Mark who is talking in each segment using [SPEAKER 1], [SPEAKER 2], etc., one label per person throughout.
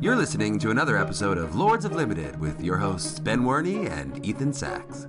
[SPEAKER 1] You're listening to another episode of Lords of Limited with your hosts Ben Werney and Ethan Sachs.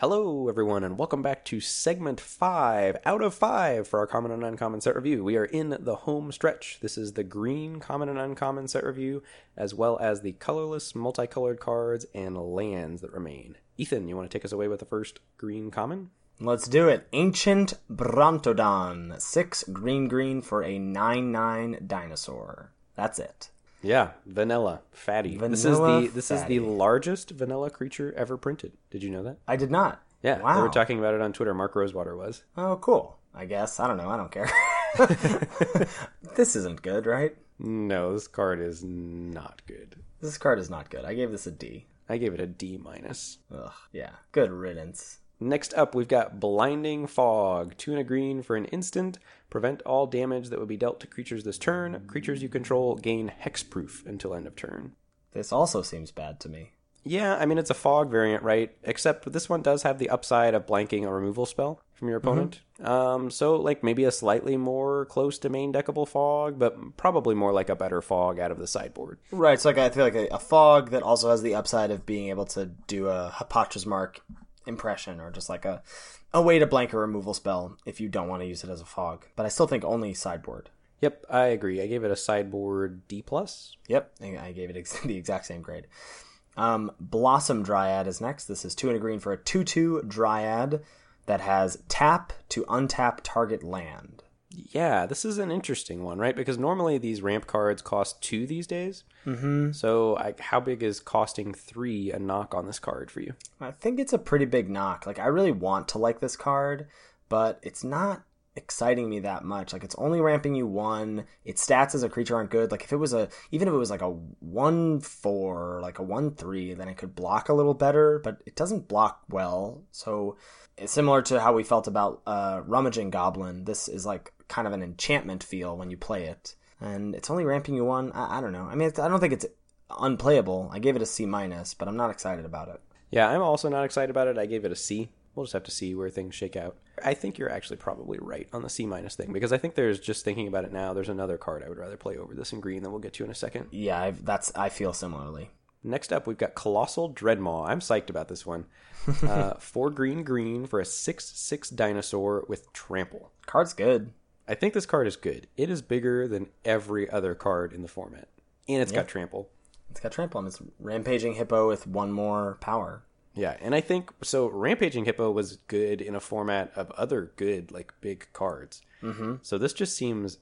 [SPEAKER 2] Hello, everyone, and welcome back to segment five out of five for our common and uncommon set review. We are in the home stretch. This is the green common and uncommon set review, as well as the colorless, multicolored cards and lands that remain. Ethan, you want to take us away with the first green common?
[SPEAKER 3] Let's do it. Ancient Brontodon. Six green green for a 9 9 dinosaur. That's it.
[SPEAKER 2] Yeah, vanilla fatty. this is
[SPEAKER 3] Vanilla
[SPEAKER 2] the this is the
[SPEAKER 3] fatty.
[SPEAKER 2] largest vanilla creature ever printed. Did you know that?
[SPEAKER 3] I did not.
[SPEAKER 2] Yeah,
[SPEAKER 3] Wow.
[SPEAKER 2] they were talking about it on Twitter. Mark Rosewater was.
[SPEAKER 3] Oh, cool. I guess. I don't know. I don't care. this isn't good, right?
[SPEAKER 2] No, this card is not good.
[SPEAKER 3] This card is not good. I gave this a D.
[SPEAKER 2] I gave it a D minus.
[SPEAKER 3] Ugh. Yeah. Good riddance.
[SPEAKER 2] Next up, we've got Blinding Fog. Tuna green for an instant. Prevent all damage that would be dealt to creatures this turn. Creatures you control gain hexproof until end of turn.
[SPEAKER 3] This also seems bad to me.
[SPEAKER 2] Yeah, I mean, it's a fog variant, right? Except this one does have the upside of blanking a removal spell from your opponent. Um, so, like, maybe a slightly more close to main deckable fog, but probably more like a better fog out of the sideboard.
[SPEAKER 3] Right. So like, I feel like a, a fog that also has the upside of being able to do a Hypatra's Mark impression or just like a, a way to blank a removal spell if you don't want to use it as a fog. But I still think only sideboard.
[SPEAKER 2] Yep, I agree. I gave it a sideboard D. plus.
[SPEAKER 3] Yep, I I gave it ex- the exact same grade. Um, Blossom Dryad is next. This is two and a green for a two-two Dryad that has tap to untap target land.
[SPEAKER 2] Yeah, this is an interesting one, right? Because normally these ramp cards cost two these days. Mm-hmm. So, I, how big is costing three a knock on this card for you?
[SPEAKER 3] I think it's a pretty big knock. Like I really want to like this card, but it's not exciting me that much. Like it's only ramping you one. Its stats as a creature aren't good. Like if it was a even if it was like a one four, like a one three, then it could block a little better, but it doesn't block well. So it's similar to how we felt about uh Rummaging Goblin. This is like kind of an enchantment feel when you play it. And it's only ramping you one. I, I don't know. I mean, it's, I don't think it's unplayable. I gave it a C minus, but I'm not excited about it.
[SPEAKER 2] Yeah, I'm also not excited about it. I gave it a C. We'll just have to see where things shake out. I think you're actually probably right on the C minus thing because I think there's just thinking about it now. There's another card I would rather play over this in green that we'll get to in a second.
[SPEAKER 3] Yeah, I've, that's I feel similarly.
[SPEAKER 2] Next up, we've got Colossal Dreadmaw. I'm psyched about this one. uh, four green, green for a six-six dinosaur with trample.
[SPEAKER 3] Card's good.
[SPEAKER 2] I think this card is good. It is bigger than every other card in the format, and it's got trample.
[SPEAKER 3] It's got trample and it's rampaging hippo with one more power.
[SPEAKER 2] Yeah, and I think so. Rampaging Hippo was good in a format of other good, like big cards. Mm-hmm. So this just seems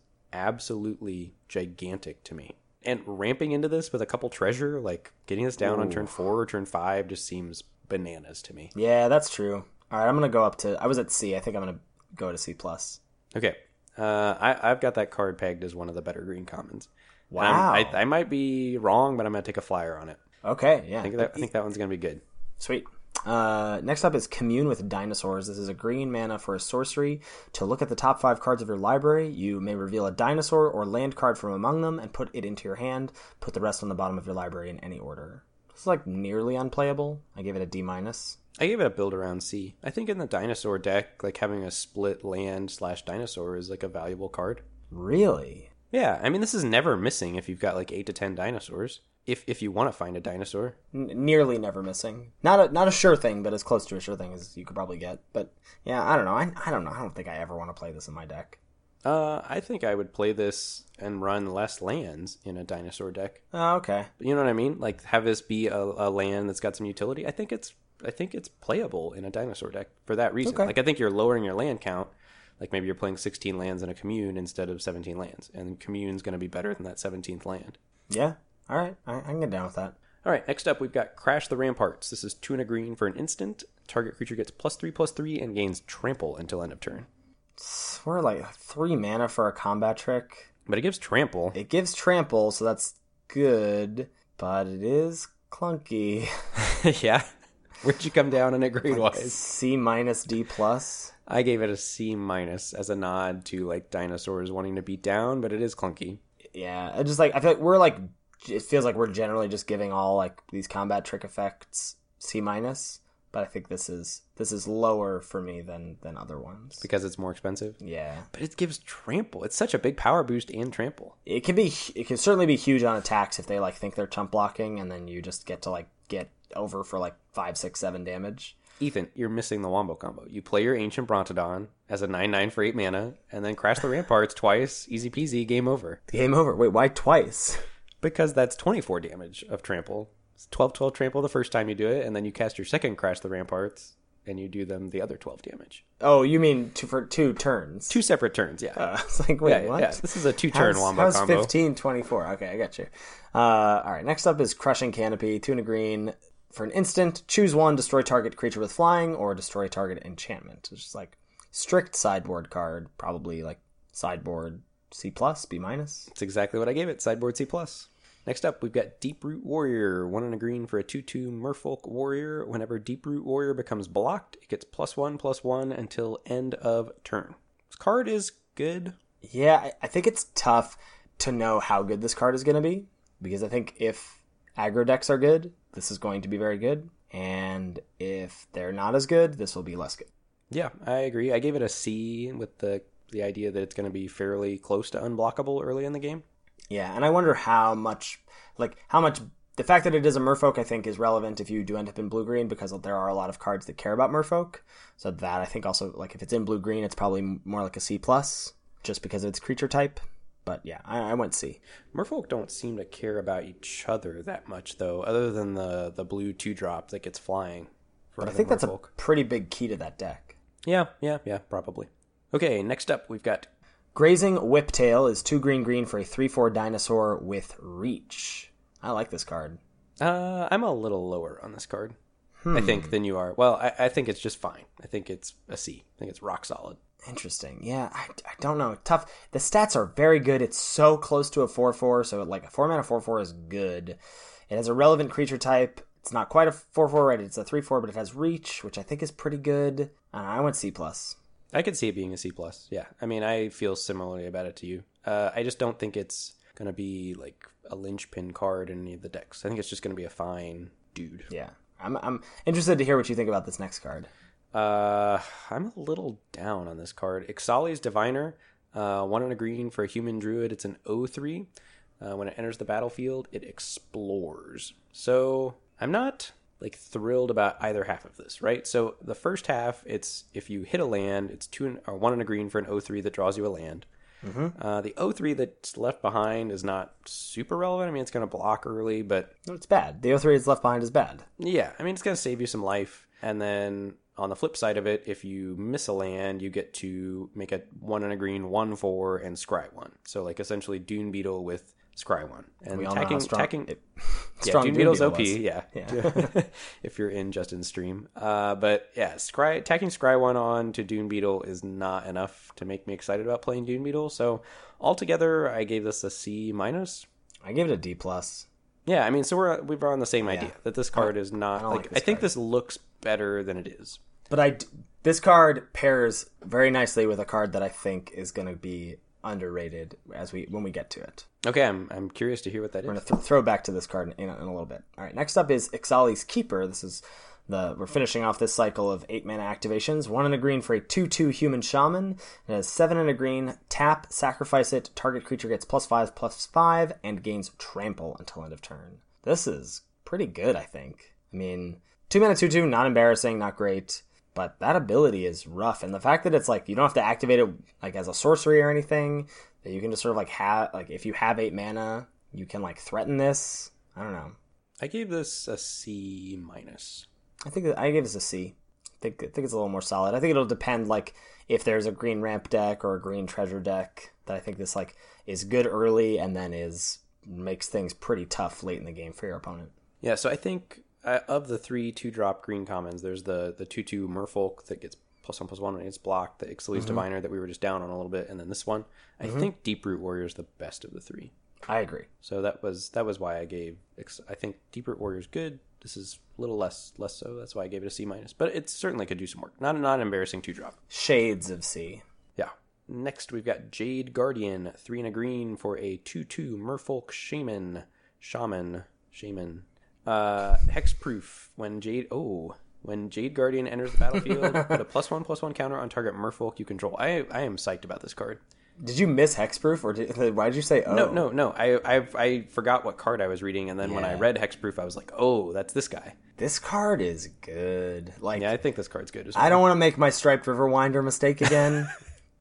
[SPEAKER 2] absolutely gigantic to me. And ramping into this with a couple treasure, like getting this down on turn four or turn five, just seems bananas to me.
[SPEAKER 3] Yeah, that's true. All right, I'm gonna go up to. I was at C. I think I'm gonna go to C plus.
[SPEAKER 2] Okay, uh, I, I've got that card pegged as one of the better green commons. And I'm-
[SPEAKER 3] Wow.
[SPEAKER 2] I, I might be wrong, but I'm gonna take a flyer on it.
[SPEAKER 3] Okay, yeah,
[SPEAKER 2] I think that I think that one's gonna be good.
[SPEAKER 3] sweet. Uh, next up is commune with dinosaurs. This is a green mana for a sorcery. To look at the top five cards of your library, you may reveal a dinosaur or land card from among them and put it into your hand. Put the rest on the bottom of your library in any order. This is like nearly unplayable. I give it a D minus.
[SPEAKER 2] I gave it a build around C. I think in the dinosaur deck, like having a split land slash dinosaur is like a valuable card.
[SPEAKER 3] Really?
[SPEAKER 2] Yeah, I mean this is never missing if you've got like eight to ten dinosaurs. If if you want to find a dinosaur.
[SPEAKER 3] N- nearly never missing. Not a not a sure thing, but as close to a sure thing as you could probably get. But yeah, I don't know. I, I don't know. I don't think I ever want to play this in my deck.
[SPEAKER 2] Uh, I think I would play this and run less lands in a dinosaur deck.
[SPEAKER 3] Oh, okay.
[SPEAKER 2] You know what I mean? Like have this be a, a land that's got some utility. I think it's I think it's playable in a dinosaur deck for that reason.
[SPEAKER 3] Okay.
[SPEAKER 2] Like I think you're lowering your land count. Like maybe you're playing 16 lands in a commune instead of 17 lands, and commune's going to be better than that 17th land.
[SPEAKER 3] Yeah. All right. I, I can get down with that.
[SPEAKER 2] All right, next up we've got Crash the Ramparts. This is tuna green for an instant. Target creature gets plus three plus three and gains trample until end of turn.
[SPEAKER 3] We're like three mana for a combat trick.
[SPEAKER 2] But it gives trample.
[SPEAKER 3] It gives trample, so that's good, but it is clunky.
[SPEAKER 2] yeah. Where'd you come down on it grade wise?
[SPEAKER 3] C minus D plus.
[SPEAKER 2] I gave it a C minus as a nod to like dinosaurs wanting to beat down, but it is clunky.
[SPEAKER 3] yeah I just like i feel like we're like it feels like we're generally just giving all like these combat trick effects c minus but I think this is this is lower for me than than other ones.
[SPEAKER 2] because it's more expensive.
[SPEAKER 3] yeah,
[SPEAKER 2] But it gives trample. It's such a big power boost and trample.
[SPEAKER 3] it can be it can certainly be huge on attacks if they like think they're chump blocking and then you just get to like get over for like five, six, seven damage.
[SPEAKER 2] Ethan, you're missing the wombo combo. You play your ancient Brontodon as a nine nine for eight mana, and then crash the ramparts twice. Easy peasy, game over.
[SPEAKER 3] Game over. Wait, why twice?
[SPEAKER 2] Because that's 24 damage of trample. It's 12 12 trample the first time you do it, and then you cast your second crash the ramparts, and you do them the other 12 damage.
[SPEAKER 3] Oh, you mean two for two turns?
[SPEAKER 2] Two separate turns, yeah.
[SPEAKER 3] Uh, it's like wait,
[SPEAKER 2] yeah,
[SPEAKER 3] what?
[SPEAKER 2] yeah. This is a two-turn
[SPEAKER 3] how's,
[SPEAKER 2] wombo
[SPEAKER 3] how's
[SPEAKER 2] combo.
[SPEAKER 3] 15, 24. Okay, I got you. Uh, all right, next up is Crushing Canopy, two and a green. For an instant, choose one, destroy target creature with flying, or destroy target enchantment. It's just like strict sideboard card, probably like sideboard C plus, B minus.
[SPEAKER 2] It's exactly what I gave it. Sideboard C plus. Next up, we've got Deep Root Warrior, one and a green for a two-two Merfolk Warrior. Whenever Deep Root Warrior becomes blocked, it gets plus one plus one until end of turn. This card is good.
[SPEAKER 3] Yeah, I, I think it's tough to know how good this card is going to be because I think if aggro decks are good, this is going to be very good, and if they're not as good, this will be less good.
[SPEAKER 2] Yeah, I agree. I gave it a C with the the idea that it's going to be fairly close to unblockable early in the game.
[SPEAKER 3] Yeah, and I wonder how much, like, how much the fact that it is a Merfolk, I think, is relevant if you do end up in blue green because there are a lot of cards that care about Merfolk. So that I think also, like, if it's in blue green, it's probably m- more like a C plus just because of its creature type. But yeah, I, I went C.
[SPEAKER 2] Merfolk don't seem to care about each other that much, though, other than the the blue two drop that gets flying.
[SPEAKER 3] But I think that's a pretty big key to that deck.
[SPEAKER 2] yeah, yeah, yeah, probably. Okay, next up we've got
[SPEAKER 3] Grazing Whiptail is two green green for a three four dinosaur with reach. I like this card.
[SPEAKER 2] Uh, I'm a little lower on this card, I
[SPEAKER 3] Hmm.
[SPEAKER 2] think, than you are. Well, I, I think it's just fine. I think it's a C. I think it's rock solid.
[SPEAKER 3] Interesting. Yeah, I, I don't know. Tough. The stats are very good. It's so close to a 4 4, so like a 4 mana 4 4 is good. It has a relevant creature type. It's not quite a 4 4, right? It's a 3 4, but it has reach, which I think is pretty good. I, don't know, I went C. plus.
[SPEAKER 2] I could see it being a C plus. Yeah, I mean, I feel similarly about it to you. Uh, I just don't think it's gonna be like a linchpin card in any of the decks. I think it's just gonna be a fine dude.
[SPEAKER 3] Yeah. I'm, I'm interested to hear what you think about this next card.
[SPEAKER 2] Uh, I'm a little down on this card. Ixali's Diviner, uh, one and a green for a human druid. It's an 0-3. Uh, when it enters the battlefield, it explores. So I'm not like thrilled about either half of this, right? So the first half, it's if you hit a land, it's two and, or one and a green for an 0-3 that draws you a land. Uh, the 0-3 that's left behind is not super relevant. I mean, it's going to block early, but
[SPEAKER 3] No, it's bad. The 03 is left behind is bad.
[SPEAKER 2] yeah, I mean it's gonna save you some life, and then on the flip side of it, if you miss a land, you get to make a one and a green one four and scry one. So like essentially Dune Beetle with scry one and
[SPEAKER 3] We all know how
[SPEAKER 2] attacking
[SPEAKER 3] strong,
[SPEAKER 2] attacking.
[SPEAKER 3] it-
[SPEAKER 2] yeah,
[SPEAKER 3] strong
[SPEAKER 2] Dune
[SPEAKER 3] Doom
[SPEAKER 2] Beetle's
[SPEAKER 3] Beetle
[SPEAKER 2] OP.
[SPEAKER 3] was.
[SPEAKER 2] Yeah, if you're in Justin's stream, uh, but yeah, scry attacking scry one on to Dune Beetle is not enough to make me excited about playing Dune Beetle. So altogether, I gave this a C minus.
[SPEAKER 3] I give it a D. plus.
[SPEAKER 2] Yeah, I mean, so we're we are on the same idea that this card is not
[SPEAKER 3] don't
[SPEAKER 2] like,
[SPEAKER 3] like this
[SPEAKER 2] I think
[SPEAKER 3] card.
[SPEAKER 2] this looks better than it is.
[SPEAKER 3] But I d- this card pairs very nicely with a card that I think is going to be underrated as we when we get to it.
[SPEAKER 2] Okay, I'm I'm curious to hear what that
[SPEAKER 3] We're
[SPEAKER 2] is.
[SPEAKER 3] gonna th- throw back to this card in, in, a- in a little bit. All right, next up is Ixali's Keeper. This is the we're finishing off this cycle of eight mana activations. One and a green for a two-two human shaman. It has seven and a green. Tap, sacrifice it. Target creature gets plus five, plus five, and gains trample until end of turn. This is pretty good, I think. I mean, two mana two-two, not embarrassing, not great. But that ability is rough, and the fact that it's like you don't have to activate it like as a sorcery or anything. That you can just sort of like have like if you have eight mana, you can like threaten this. I don't know.
[SPEAKER 2] I gave this a C minus.
[SPEAKER 3] I think I gave this a C. I think I think it's a little more solid. I think it'll depend like if there's a green ramp deck or a green treasure deck that I think this like is good early and then is makes things pretty tough late in the game for your opponent.
[SPEAKER 2] Yeah, so I think uh, of the three two drop green commons, there's the the two two Merfolk that gets plus one plus one when it's blocked, the Ixalis
[SPEAKER 3] Mm-hmm.
[SPEAKER 2] Diviner that we were just down on a little bit, and then this one. I think Deep Root Warrior is the best of the three.
[SPEAKER 3] I agree.
[SPEAKER 2] So that was that was why I gave. Ix- I think Deep Root Warrior is good. This is a little less less so. That's why I gave it a C minus. But it certainly could do some work. Not not embarrassing two drop.
[SPEAKER 3] Shades of C.
[SPEAKER 2] Yeah. Next, we've got Jade Guardian, three and a green for a 2 2 Merfolk Shaman. Shaman. Shaman. Uh, Hexproof. When Jade. Oh. When Jade Guardian enters the battlefield, put a plus one plus one counter on target merfolk you control. I I am psyched about this card.
[SPEAKER 3] Did you miss hexproof or did, why did you say oh?
[SPEAKER 2] No, no, no. I I I forgot what card I was reading, and then when I
[SPEAKER 3] Yeah.
[SPEAKER 2] read hexproof, I was like, oh, that's this guy.
[SPEAKER 3] This card is good. Like
[SPEAKER 2] Yeah, I think this card's good as well.
[SPEAKER 3] I don't want to make my striped riverwinder mistake again,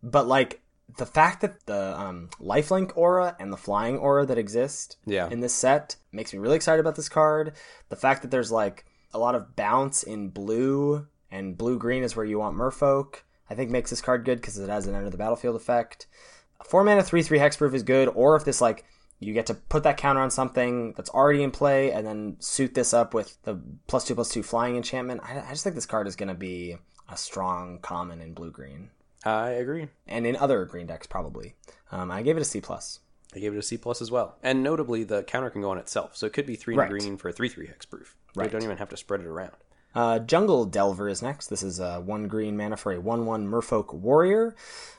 [SPEAKER 3] but like the fact that the um, lifelink aura and the flying aura that exist
[SPEAKER 2] Yeah.
[SPEAKER 3] in this set makes me really excited about this card. The fact that there's like a lot of bounce in blue and blue green is where you want Merfolk. I think makes this card good because it has an end of the battlefield effect. A four mana three three hexproof is good, or if this like you get to put that counter on something that's already in play and then suit this up with the plus two plus two flying enchantment. I, I just think this card is going to be a strong common in blue green
[SPEAKER 2] I agree.
[SPEAKER 3] and in other green decks probably. Um, I gave it a C plus.
[SPEAKER 2] I gave it a C plus as well. And notably, the counter can go on itself, so it could be three
[SPEAKER 3] Right.
[SPEAKER 2] and green for a three three hexproof. You
[SPEAKER 3] Right.
[SPEAKER 2] don't even have to spread it around.
[SPEAKER 3] Uh, Jungle Delver is next. This is uh, one green mana for a 1 1 Merfolk Warrior,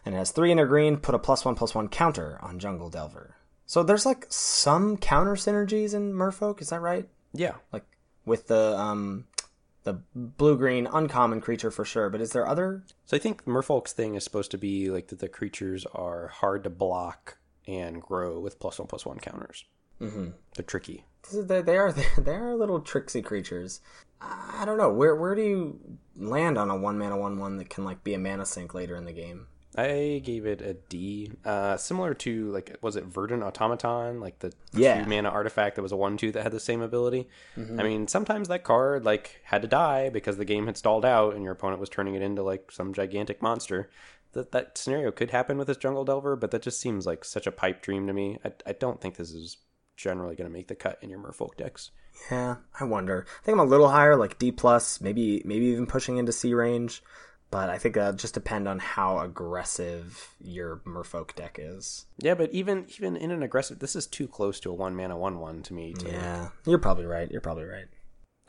[SPEAKER 3] and it has three in a green. Put a plus 1 plus 1 counter on Jungle Delver. So there's like some counter synergies in Merfolk, is that right?
[SPEAKER 2] Yeah,
[SPEAKER 3] Like with the um, the blue green uncommon creature for sure, but is there other?
[SPEAKER 2] So I think Merfolk's thing is supposed to be like that the creatures are hard to block and grow with plus one plus one counters.
[SPEAKER 3] Mm-hmm.
[SPEAKER 2] They're tricky.
[SPEAKER 3] This is, they, they are they are little tricksy creatures. I don't know where where do you land on a one mana one one that can like be a mana sink later in the game.
[SPEAKER 2] I gave it a D, uh, similar to like was it Verdant Automaton, like the
[SPEAKER 3] Yeah. Mm-hmm.
[SPEAKER 2] two mana artifact that was a one two that had the same ability. I mean, sometimes that card like had to die because the game had stalled out and your opponent was turning it into like some gigantic monster. That that scenario could happen with this Jungle Delver, but that just seems like such a pipe dream to me. I, I don't think this is generally going to make the cut in your Merfolk decks.
[SPEAKER 3] Yeah, I wonder. I think I'm a little higher, like D plus, maybe maybe even pushing into C range, but I think that'll just depend on how aggressive your Merfolk deck is.
[SPEAKER 2] Yeah, but even even in an aggressive, this is too close to a one mana one one to me. To...
[SPEAKER 3] Yeah, you're probably right. You're probably right.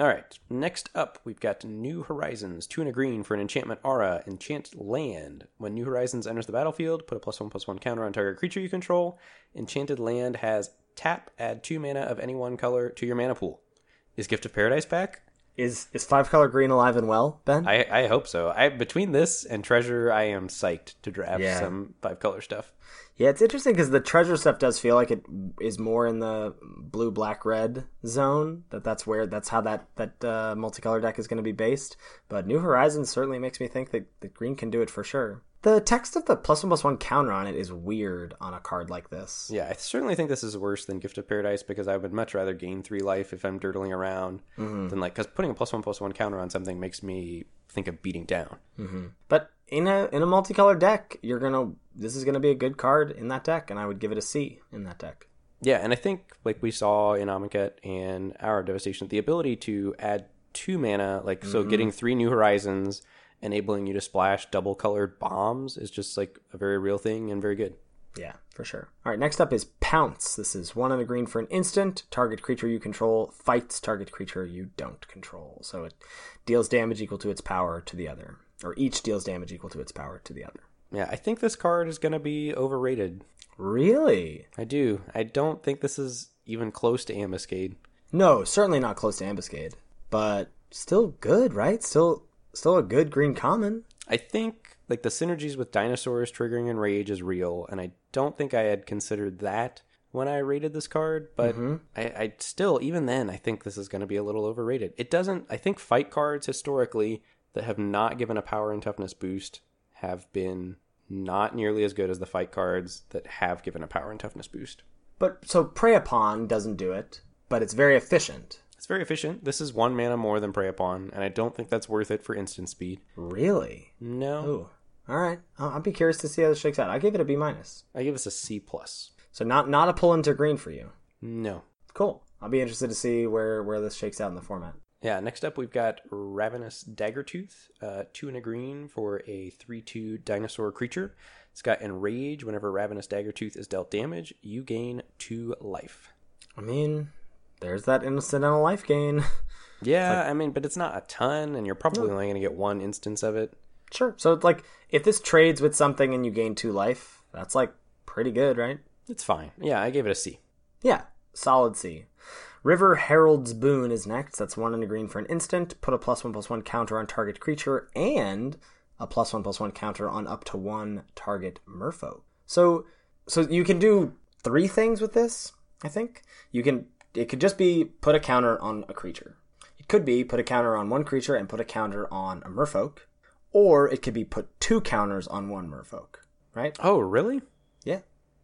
[SPEAKER 2] All right. Next up, we've got New Horizons. Two and a green for an enchantment aura. Enchant land. When New Horizons enters the battlefield, put a plus one plus one counter on target creature you control. Enchanted land has tap. Add two mana of any one color to your mana pool. Is Gift of Paradise back?
[SPEAKER 3] Is is five color green alive and well, Ben?
[SPEAKER 2] I, I hope so. I between this and treasure, I am psyched to draft
[SPEAKER 3] Yeah.
[SPEAKER 2] some five color stuff.
[SPEAKER 3] yeah, it's interesting because the treasure stuff does feel like it is more in the blue, black, red zone. That that's where that's how that that uh, multicolor deck is going to be based. But New Horizons certainly makes me think that, that green can do it for sure. The text of the plus one plus one counter on it is weird on a card like this.
[SPEAKER 2] Yeah, I certainly think this is worse than Gift of Paradise because I would much rather gain three life if I'm dirtling around than like because putting a plus one plus one counter on something makes me think of beating down.
[SPEAKER 3] But in a in a multicolored deck, you're gonna this is gonna be a good card in that deck, and I would give it a C in that deck.
[SPEAKER 2] Yeah, and I think like we saw in Amonkhet and our Devastation, the ability to add two mana, like so, getting three New Horizons, enabling you to splash double colored bombs is just like a very real thing and very good.
[SPEAKER 3] Yeah, for sure. All right, next up is Pounce. This is one on the green for an instant. Target creature you control fights target creature you don't control. So it deals damage equal to its power to the other, or each deals damage equal to its power to the other.
[SPEAKER 2] Yeah, I think this card is going to be overrated.
[SPEAKER 3] Really?
[SPEAKER 2] I do. I don't think this is even close to Ambuscade.
[SPEAKER 3] No, certainly not close to Ambuscade, but still good, right? Still still a good green common.
[SPEAKER 2] I think like the synergies with dinosaurs triggering and rage is real, and I don't think I had considered that when I rated this card, but I, I still even then I think this is gonna be a little overrated. It doesn't I think fight cards historically that have not given a power and toughness boost have been not nearly as good as the fight cards that have given a power and toughness boost.
[SPEAKER 3] But so Prey Upon doesn't do it, but it's very efficient.
[SPEAKER 2] It's very efficient. This is one mana more than Prey Upon, and I don't think that's worth it for instant speed.
[SPEAKER 3] Really?
[SPEAKER 2] No.
[SPEAKER 3] Ooh. All right. I'll, I'll be curious to see how this shakes out. I gave it a B minus.
[SPEAKER 2] I give this a C plus.
[SPEAKER 3] So not not a pull into green for you.
[SPEAKER 2] No.
[SPEAKER 3] Cool. I'll be interested to see where where this shakes out in the format.
[SPEAKER 2] Yeah, next up we've got Ravenous Daggertooth, uh, two and a green for a 3 2 dinosaur creature. It's got Enrage. Whenever Ravenous Daggertooth is dealt damage, you gain two life.
[SPEAKER 3] I mean, there's that incidental life gain.
[SPEAKER 2] Yeah, I mean, but it's not a ton, and you're probably only going to get one instance of it.
[SPEAKER 3] sure. So it's like if this trades with something and you gain two life, that's like pretty good, right?
[SPEAKER 2] It's fine. Yeah, I gave it a C.
[SPEAKER 3] Yeah, solid C. River Herald's Boon is next. That's one in a green for an instant. Put a plus one plus one counter on target creature and a plus one plus one counter on up to one target merfolk. So so you can do three things with this, I think. You can it could just be put a counter on a creature. It could be put a counter on one creature and put a counter on a merfolk. Or it could be put two counters on one merfolk. Right?
[SPEAKER 2] Oh, really?
[SPEAKER 3] Yeah.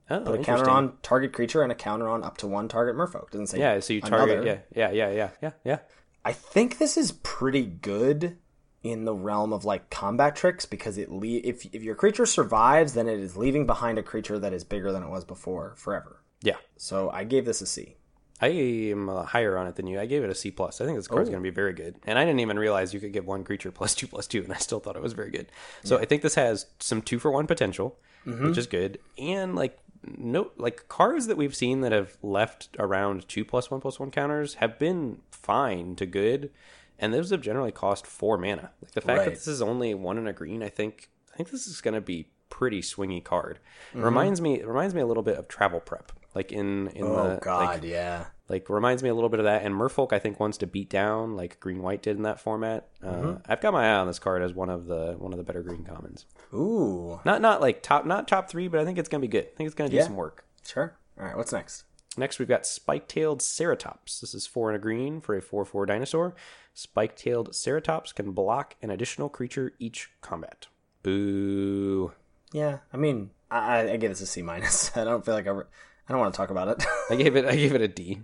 [SPEAKER 2] Oh,
[SPEAKER 3] Put a
[SPEAKER 2] interesting.
[SPEAKER 3] counter on target creature and a counter on up to one target merfolk. Doesn't say
[SPEAKER 2] Yeah, so you target.
[SPEAKER 3] another.
[SPEAKER 2] Yeah, yeah, yeah, yeah, yeah, yeah.
[SPEAKER 3] I think this is pretty good in the realm of like combat tricks because it le- if if your creature survives, then it is leaving behind a creature that is bigger than it was before forever.
[SPEAKER 2] Yeah.
[SPEAKER 3] So I gave this a C.
[SPEAKER 2] I am uh, higher on it than you. I gave it a C plus. I think this card's
[SPEAKER 3] Oh.
[SPEAKER 2] going to be very good, and I didn't even realize you could give one creature plus two plus two, and I still thought it was very good. So I think this has some two for one potential,
[SPEAKER 3] Mm-hmm.
[SPEAKER 2] which is good, and like no like cards that we've seen that have left around two plus one plus one counters have been fine to good, and those have generally cost four mana. Like the fact that
[SPEAKER 3] Right.
[SPEAKER 2] this is only one and a green, I think I think this is going to be pretty swingy card.
[SPEAKER 3] Mm-hmm.
[SPEAKER 2] It reminds me it reminds me a little bit of travel prep. Like in in
[SPEAKER 3] Oh,
[SPEAKER 2] the like,
[SPEAKER 3] yeah.
[SPEAKER 2] like reminds me a little bit of that and merfolk i think wants to beat down like green white did in that format uh, i've got my eye on this card as one of the one of the better green commons
[SPEAKER 3] Ooh.
[SPEAKER 2] not not like top not top three but i think it's gonna be good i think it's gonna do
[SPEAKER 3] Yeah.
[SPEAKER 2] some work
[SPEAKER 3] Sure. All right. What's next?
[SPEAKER 2] next we've got spike-tailed ceratops this is four and a green for a four four dinosaur spike-tailed ceratops can block an additional creature each combat boo
[SPEAKER 3] Yeah. I mean, I, I- I gave this a C minus. I don't feel like I. Re- I don't want to talk about it.
[SPEAKER 2] i gave it i gave it a d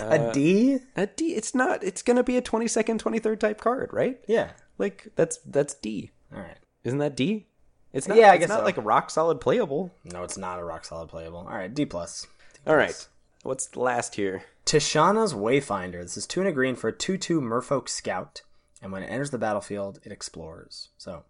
[SPEAKER 2] Uh,
[SPEAKER 3] a D.
[SPEAKER 2] a d it's not it's gonna be a 22nd 23rd type card right
[SPEAKER 3] Yeah.
[SPEAKER 2] like that's that's d
[SPEAKER 3] All right.
[SPEAKER 2] Isn't that D? It's not.
[SPEAKER 3] Yeah, I
[SPEAKER 2] it's
[SPEAKER 3] guess
[SPEAKER 2] not
[SPEAKER 3] so.
[SPEAKER 2] like rock solid playable.
[SPEAKER 3] No, it's not a rock solid playable. All right. D plus.
[SPEAKER 2] All right. What's last here?
[SPEAKER 3] Tishana's Wayfinder. This is two and a green for a 2 2 Merfolk Scout. And when it enters the battlefield, it explores. So,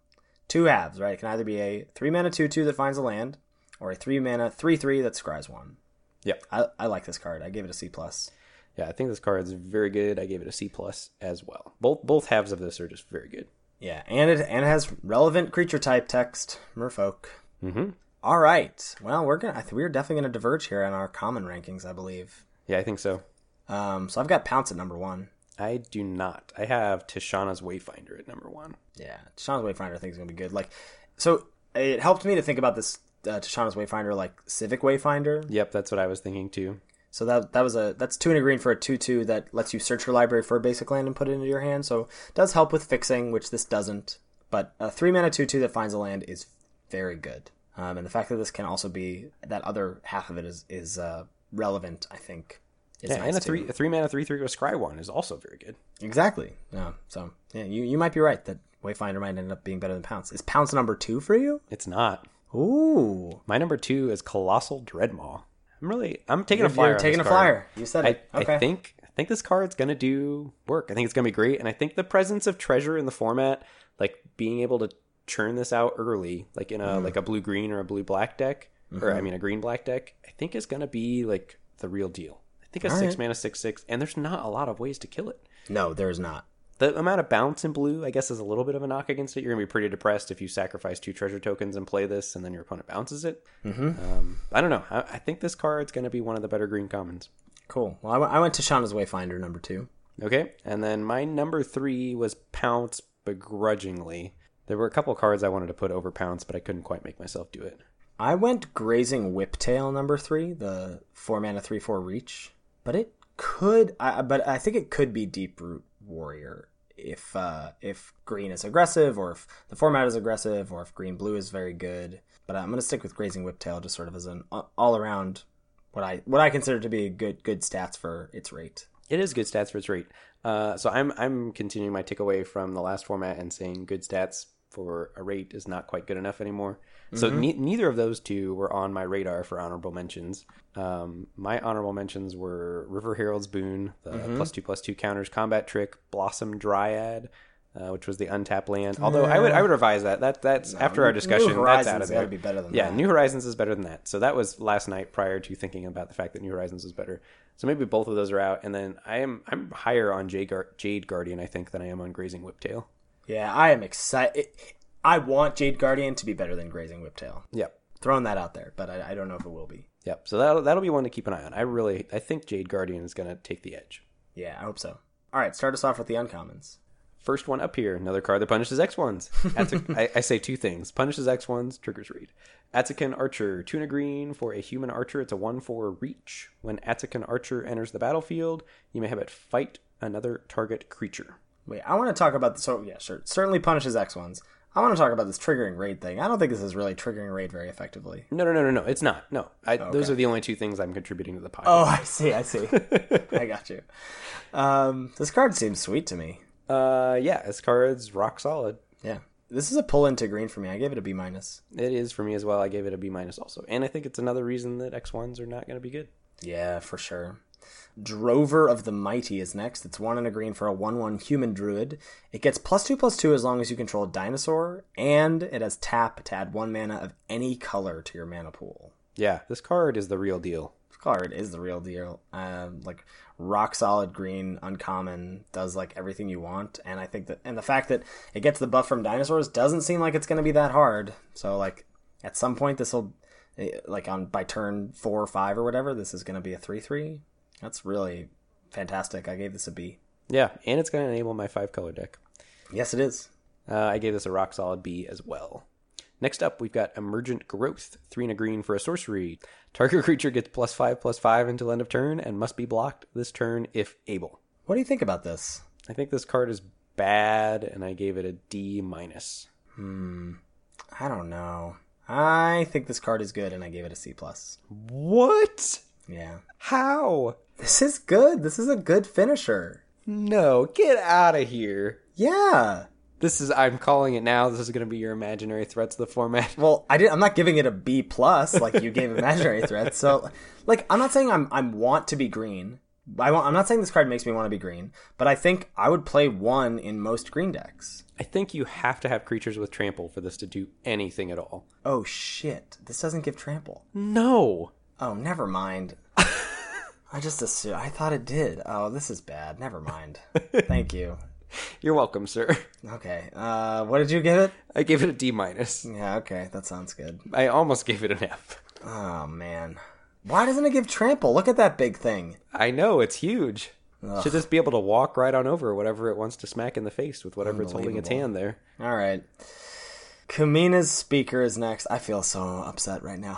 [SPEAKER 3] two halves, right? It can either be a 3 mana 2 2 that finds a land, or a 3 mana 3 3 that scries one.
[SPEAKER 2] Yep.
[SPEAKER 3] I, I like this card. I gave it a C. plus.
[SPEAKER 2] Yeah, I think this card is very good. I gave it a C plus as well. Both both halves of this are just very good.
[SPEAKER 3] Yeah, and it, and it has relevant creature type text Merfolk.
[SPEAKER 2] Mm-hmm.
[SPEAKER 3] All right. Well, we're gonna I th- we're definitely gonna diverge here on our common rankings, I believe.
[SPEAKER 2] Yeah, I think so.
[SPEAKER 3] Um, so I've got Pounce at number one.
[SPEAKER 2] I do not. I have Tishana's Wayfinder at number one.
[SPEAKER 3] Yeah, Tishana's Wayfinder I think is gonna be good. Like, so it helped me to think about this uh, Tishana's Wayfinder like Civic Wayfinder.
[SPEAKER 2] Yep, that's what I was thinking too.
[SPEAKER 3] So that that was a that's two and a green for a two two that lets you search your library for a basic land and put it into your hand. So it does help with fixing, which this doesn't. But a three mana two two that finds a land is very good. Um, and the fact that this can also be that other half of it is is uh, relevant, I think. Is
[SPEAKER 2] yeah,
[SPEAKER 3] nice
[SPEAKER 2] and a
[SPEAKER 3] too.
[SPEAKER 2] three a three mana three three with Scry one is also very good.
[SPEAKER 3] exactly. Yeah. So yeah, you you might be right that Wayfinder might end up being better than Pounce. Is Pounce number two for you?
[SPEAKER 2] It's not.
[SPEAKER 3] Ooh.
[SPEAKER 2] My number two is Colossal Dreadmaw. I'm really I'm taking a
[SPEAKER 3] You're
[SPEAKER 2] flyer. on
[SPEAKER 3] taking
[SPEAKER 2] this
[SPEAKER 3] a
[SPEAKER 2] card.
[SPEAKER 3] flyer. You said
[SPEAKER 2] I,
[SPEAKER 3] it. okay.
[SPEAKER 2] I think I think this card's gonna do work. I think it's gonna be great, and I think the presence of treasure in the format, like being able to churn this out early, like in a
[SPEAKER 3] Mm.
[SPEAKER 2] like a blue green or a blue black deck, or
[SPEAKER 3] Mm-hmm.
[SPEAKER 2] I mean a green black deck, I think is gonna be like the real deal. I think a
[SPEAKER 3] All
[SPEAKER 2] six
[SPEAKER 3] right.
[SPEAKER 2] mana six six, and there's not a lot of ways to kill it.
[SPEAKER 3] no, there's not.
[SPEAKER 2] The amount of bounce in blue, I guess, is a little bit of a knock against it. You're gonna be pretty depressed if you sacrifice two treasure tokens and play this, and then your opponent bounces it.
[SPEAKER 3] Mm.
[SPEAKER 2] Um, I don't know. I, I think this card's gonna be one of the better green commons.
[SPEAKER 3] Cool. Well, I went- I went to Shauna's Wayfinder number two.
[SPEAKER 2] Okay, and then my number three was Pounce begrudgingly. There were a couple cards I wanted to put over Pounce, but I couldn't quite make myself do it.
[SPEAKER 3] I went grazing whiptail number three, the four mana three four reach, but it could. I, I- but I think it could be deep root warrior if uh, if green is aggressive, or if the format is aggressive, or if green blue is very good. But I'm gonna stick with grazing whiptail just sort of as an all around what I what I consider to be good good stats for its rate.
[SPEAKER 2] It is good stats for its rate. Uh, so I'm I'm continuing my takeaway from the last format and saying good stats for a rate is not quite good enough anymore. So
[SPEAKER 3] Mm-hmm.
[SPEAKER 2] ne- neither of those two were on my radar for honorable mentions. Um, my honorable mentions were River Herald's Boon, the
[SPEAKER 3] Mm-hmm.
[SPEAKER 2] plus two plus two counters combat trick, Blossom Dryad, uh, which was the untap land. Although I would I would revise that. That that's after our
[SPEAKER 3] New
[SPEAKER 2] discussion. that's out
[SPEAKER 3] Horizons
[SPEAKER 2] of
[SPEAKER 3] gotta
[SPEAKER 2] there.
[SPEAKER 3] be better than
[SPEAKER 2] yeah,
[SPEAKER 3] that.
[SPEAKER 2] New Horizons is better than that. So that was last night prior to thinking about the fact that New Horizons is better. So maybe both of those are out. And then I am I'm higher on Jade, Gar- Jade Guardian I think than I am on Grazing Whiptail.
[SPEAKER 3] Yeah, I am excited. I want Jade Guardian to be better than grazing whiptail.
[SPEAKER 2] Yep.
[SPEAKER 3] throwing that out there, but I, I don't know if it will be.
[SPEAKER 2] Yep. So that'll that'll be one to keep an eye on. I really I think Jade Guardian is gonna take the edge.
[SPEAKER 3] Yeah, I hope so. All right, start us off with the uncommons.
[SPEAKER 2] First one up here, another card that punishes X ones. Atzik- I, I say two things: punishes X ones, triggers read. Atzican Archer, tuna green for a human archer. It's a one for reach. When Atzican Archer enters the battlefield, you may have it fight another target creature.
[SPEAKER 3] Wait, I want to talk about the so yeah, sure. Certainly punishes X ones. I want to talk about this triggering raid thing. I don't think this is really triggering raid very effectively.
[SPEAKER 2] No, no, no, no, no. It's not. No, I, those are the only two things I'm contributing to the podcast.
[SPEAKER 3] Oh, I see, I see. I got you. Um, this card seems sweet to me.
[SPEAKER 2] Uh, yeah, this card's rock solid.
[SPEAKER 3] Yeah, this is a pull into green for me. I gave it a B minus.
[SPEAKER 2] It is for me as well. I gave it a B minus also, and I think it's another reason that X ones are not going to be good.
[SPEAKER 3] Yeah, for sure. Drover of the Mighty is next. It's one and a green for a 1 1 human druid. It gets plus 2 plus 2 as long as you control a dinosaur, and it has tap to add 1 mana of any color to your mana pool.
[SPEAKER 2] Yeah, this card is the real deal.
[SPEAKER 3] This card is the real deal. Um, like rock solid green, uncommon, does like everything you want. And I think that, and the fact that it gets the buff from dinosaurs doesn't seem like it's going to be that hard. So, like, at some point, this will, eh, like, on by turn 4 or 5 or whatever, this is going to be a 3 3. That's really fantastic. I gave this a B.
[SPEAKER 2] Yeah, and it's going to enable my five color deck.
[SPEAKER 3] Yes, it is.
[SPEAKER 2] Uh, I gave this a rock solid B as well. Next up, we've got Emergent Growth, three and a green for a sorcery. Target creature gets plus five plus five until end of turn and must be blocked this turn if able.
[SPEAKER 3] What do you think about this?
[SPEAKER 2] I think this card is bad, and I gave it a D minus.
[SPEAKER 3] I don't know. I think this card is good, and I gave it a C plus.
[SPEAKER 2] What?
[SPEAKER 3] Yeah,
[SPEAKER 2] How?
[SPEAKER 3] this is good. This is a good finisher.
[SPEAKER 2] No, get out of here.
[SPEAKER 3] Yeah.
[SPEAKER 2] This is I'm calling it now. This is going to be your imaginary threats of the format.
[SPEAKER 3] Well, I did. I'm not giving it a B plus like you gave imaginary threat. So, like, I'm not saying I'm I'm want to be green. I want, I'm not saying this card makes me want to be green, but I think I would play one in most green decks.
[SPEAKER 2] I think you have to have creatures with trample for this to do anything at all.
[SPEAKER 3] Oh shit! This doesn't give trample.
[SPEAKER 2] No.
[SPEAKER 3] Oh, never mind. I just assumed. I thought it did. Oh, this is bad. Never mind. Thank you.
[SPEAKER 2] You're welcome, sir.
[SPEAKER 3] Okay. Uh, what did you give it?
[SPEAKER 2] I gave it a D minus.
[SPEAKER 3] Yeah. Okay, that sounds good.
[SPEAKER 2] I almost gave it an F.
[SPEAKER 3] Oh man, why doesn't it give trample? Look at that big thing.
[SPEAKER 2] I know it's huge. Should just be able to walk right on over whatever it wants to smack in the face with whatever it's holding its hand there.
[SPEAKER 3] All right. Kamina's speaker is next. I feel so upset right now.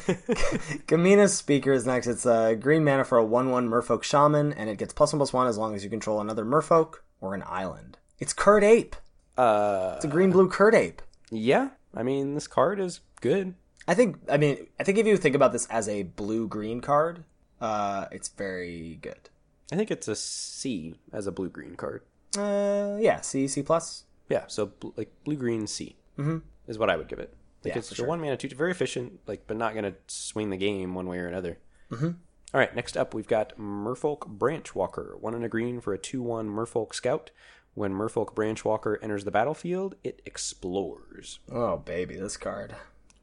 [SPEAKER 3] Kamina's speaker is next. It's a green mana for a 1 1 merfolk shaman, and it gets plus 1 plus 1 as long as you control another merfolk or an island. It's Curd Ape.
[SPEAKER 2] Uh,
[SPEAKER 3] It's a green blue Curd Ape.
[SPEAKER 2] yeah. I mean, this card is good.
[SPEAKER 3] I think, I mean, I think if you think about this as a blue green card, uh, it's very good.
[SPEAKER 2] I think it's a C as a blue green card.
[SPEAKER 3] Uh, yeah, C, C. plus.
[SPEAKER 2] Yeah, so bl- like blue green C mm-hmm. is what I would give it. Like
[SPEAKER 3] Yeah,
[SPEAKER 2] it's
[SPEAKER 3] for
[SPEAKER 2] a one mana two, very efficient, like but not gonna swing the game one way or another. Mm-hmm. right, next up we've got Merfolk Branch Walker, one and a green for a two one Merfolk Scout. When Merfolk Branch Walker enters the battlefield, it explores.
[SPEAKER 3] Oh, baby, this card.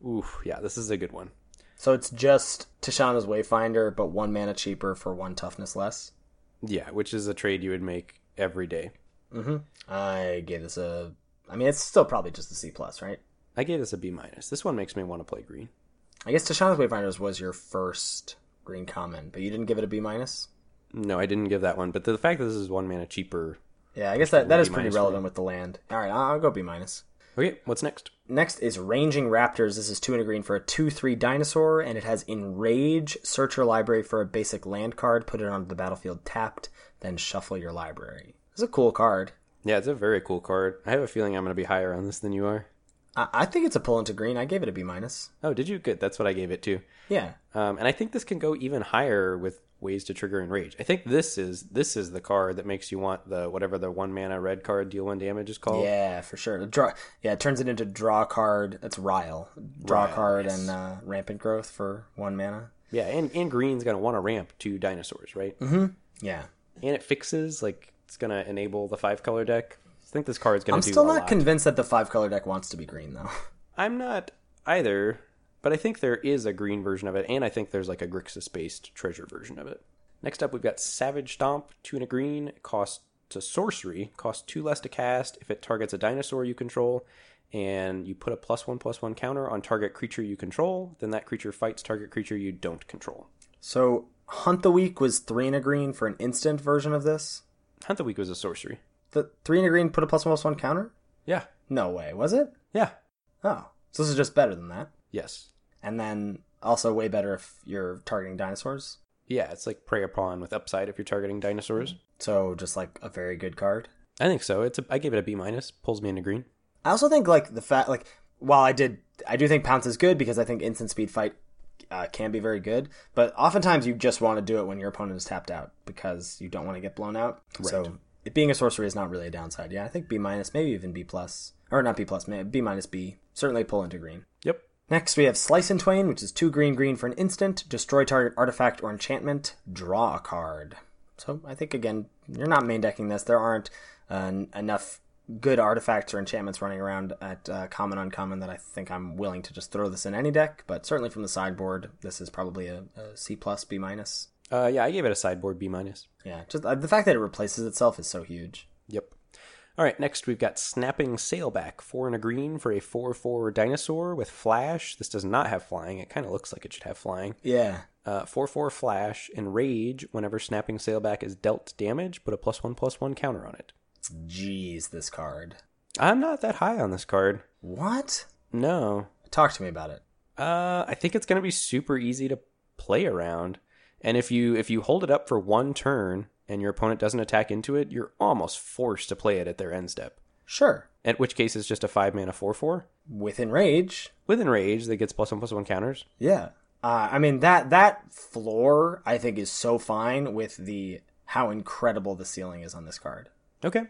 [SPEAKER 2] Oof, yeah, this is a good one.
[SPEAKER 3] So it's just Tishana's Wayfinder, but one mana cheaper for one toughness less.
[SPEAKER 2] Yeah, which is a trade you would make every day.
[SPEAKER 3] I gave this a. I mean, it's still probably just a C plus, right?
[SPEAKER 2] I gave this a B minus. This one makes me want to play green.
[SPEAKER 3] I guess Tashana's Wayfinders was your first green common, but you didn't give it a B minus.
[SPEAKER 2] No, I didn't give that one, but the fact that this is one mana cheaper.
[SPEAKER 3] Yeah, I guess that, that is
[SPEAKER 2] B
[SPEAKER 3] pretty
[SPEAKER 2] minus
[SPEAKER 3] relevant with the land. All right, I'll I'll go B minus.
[SPEAKER 2] Okay, what's next?
[SPEAKER 3] Next is Ranging Raptors. This is two and a green for a two three dinosaur, and it has Enrage. Search your library for a basic land card, put it onto the battlefield tapped, then shuffle your library. It's a cool card.
[SPEAKER 2] Yeah, it's a very cool card. I have a feeling I'm going to be higher on this than you are.
[SPEAKER 3] I, I think it's a pull into green. I gave it a B minus.
[SPEAKER 2] Oh, did you? Good. That's what I gave it to.
[SPEAKER 3] Yeah,
[SPEAKER 2] Um, and I think this can go even higher with ways to trigger enrage. I think this is this is the card that makes you want the whatever the one mana red card deal one damage is called.
[SPEAKER 3] Yeah, for sure. The draw. Yeah, it turns it into draw card. It's Ryle. Draw card and uh, rampant growth for one mana.
[SPEAKER 2] Yeah, and and green's going to want to ramp to dinosaurs, right?
[SPEAKER 3] Mm-hmm. Yeah.
[SPEAKER 2] And it fixes like it's going to enable the five color deck. I think this card's going
[SPEAKER 3] I'm
[SPEAKER 2] to do
[SPEAKER 3] still
[SPEAKER 2] a
[SPEAKER 3] not
[SPEAKER 2] lot.
[SPEAKER 3] convinced that the five color deck wants to be green though.
[SPEAKER 2] I'm not either, but I think there is a green version of it, and I think there's like a Grixis based treasure version of it. Next up, we've got Savage Stomp, two and a green, costs It's a sorcery. Costs two less to cast if it targets a dinosaur you control, and you put a plus one plus one counter on target creature you control. Then that creature fights target creature you don't control.
[SPEAKER 3] So Hunt the Week was three and a green for an instant version of this.
[SPEAKER 2] Hunt the Week was a sorcery.
[SPEAKER 3] The three and a green put a plus one plus one counter?
[SPEAKER 2] Yeah.
[SPEAKER 3] No way, was it?
[SPEAKER 2] Yeah.
[SPEAKER 3] Oh. So this is just better than that.
[SPEAKER 2] Yes.
[SPEAKER 3] And then also way better if you're targeting dinosaurs.
[SPEAKER 2] Yeah, it's like Prey Upon with upside if you're targeting dinosaurs.
[SPEAKER 3] So just like a very good card.
[SPEAKER 2] I think so. It's a, I gave it a B minus. Pulls me into green.
[SPEAKER 3] I also think like the fact like while I did I do think pounce is good because I think instant speed fight uh, can be very good, but oftentimes you just want to do it when your opponent is tapped out because you don't want to get blown out. So it being a sorcery is not really a downside. Yeah, I think B minus, maybe even B plus, or not B plus, may- B minus B. Certainly pull into green.
[SPEAKER 2] Yep.
[SPEAKER 3] Next we have slice and twain, which is two green green for an instant, destroy target artifact or enchantment, draw a card. So I think again, you're not main decking this. There aren't uh, n- enough good artifacts or enchantments running around at uh, common uncommon that I think I'm willing to just throw this in any deck. But certainly from the sideboard, this is probably a, a C plus B minus.
[SPEAKER 2] Uh, yeah, I gave it a sideboard B minus.
[SPEAKER 3] Yeah, just uh, the fact that it replaces itself is so huge.
[SPEAKER 2] Yep. All right, next we've got Snapping Sailback, four and a green for a 4 4 dinosaur with flash. This does not have flying. It kind of looks like it should have flying.
[SPEAKER 3] Yeah,
[SPEAKER 2] Uh, 4 4 flash and rage whenever Snapping Sailback is dealt damage, put a plus 1 plus 1 counter on it.
[SPEAKER 3] jeez, this card.
[SPEAKER 2] I'm not that high on this card.
[SPEAKER 3] What?
[SPEAKER 2] No.
[SPEAKER 3] Talk to me about it.
[SPEAKER 2] Uh, I think it's going to be super easy to play around. And if you if you hold it up for one turn and your opponent doesn't attack into it, you're almost forced to play it at their end step.
[SPEAKER 3] Sure,
[SPEAKER 2] At which case it's just a five mana four four
[SPEAKER 3] within rage.
[SPEAKER 2] with enrage that gets plus one plus one counters.
[SPEAKER 3] Yeah. Uh, I mean that that floor I think is so fine with the how incredible the ceiling is on this card.
[SPEAKER 2] Okay.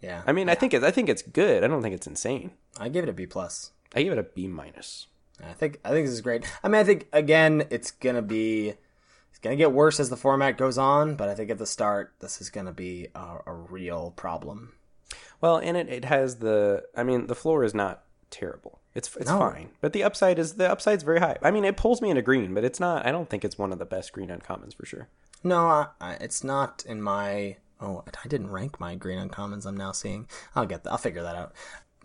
[SPEAKER 3] Yeah.
[SPEAKER 2] I mean, I think it's I think it's good. I don't think it's insane.
[SPEAKER 3] I give it a B plus.
[SPEAKER 2] I give it a B minus.
[SPEAKER 3] I think I think this is great. I mean I think again it's gonna be it's gonna get worse as the format goes on, but I think at the start this is gonna be a, a real problem.
[SPEAKER 2] Well, and it, it has the I mean the floor is not terrible. It's it's
[SPEAKER 3] No.
[SPEAKER 2] fine, but the upside is the upside's very high. I mean, it pulls me into green, but it's not. I don't think it's one of the best green uncommons for sure.
[SPEAKER 3] No, I, I, it's not in my. Oh, I didn't rank my green uncommons. I'm now seeing. I'll get. That. I'll figure that out.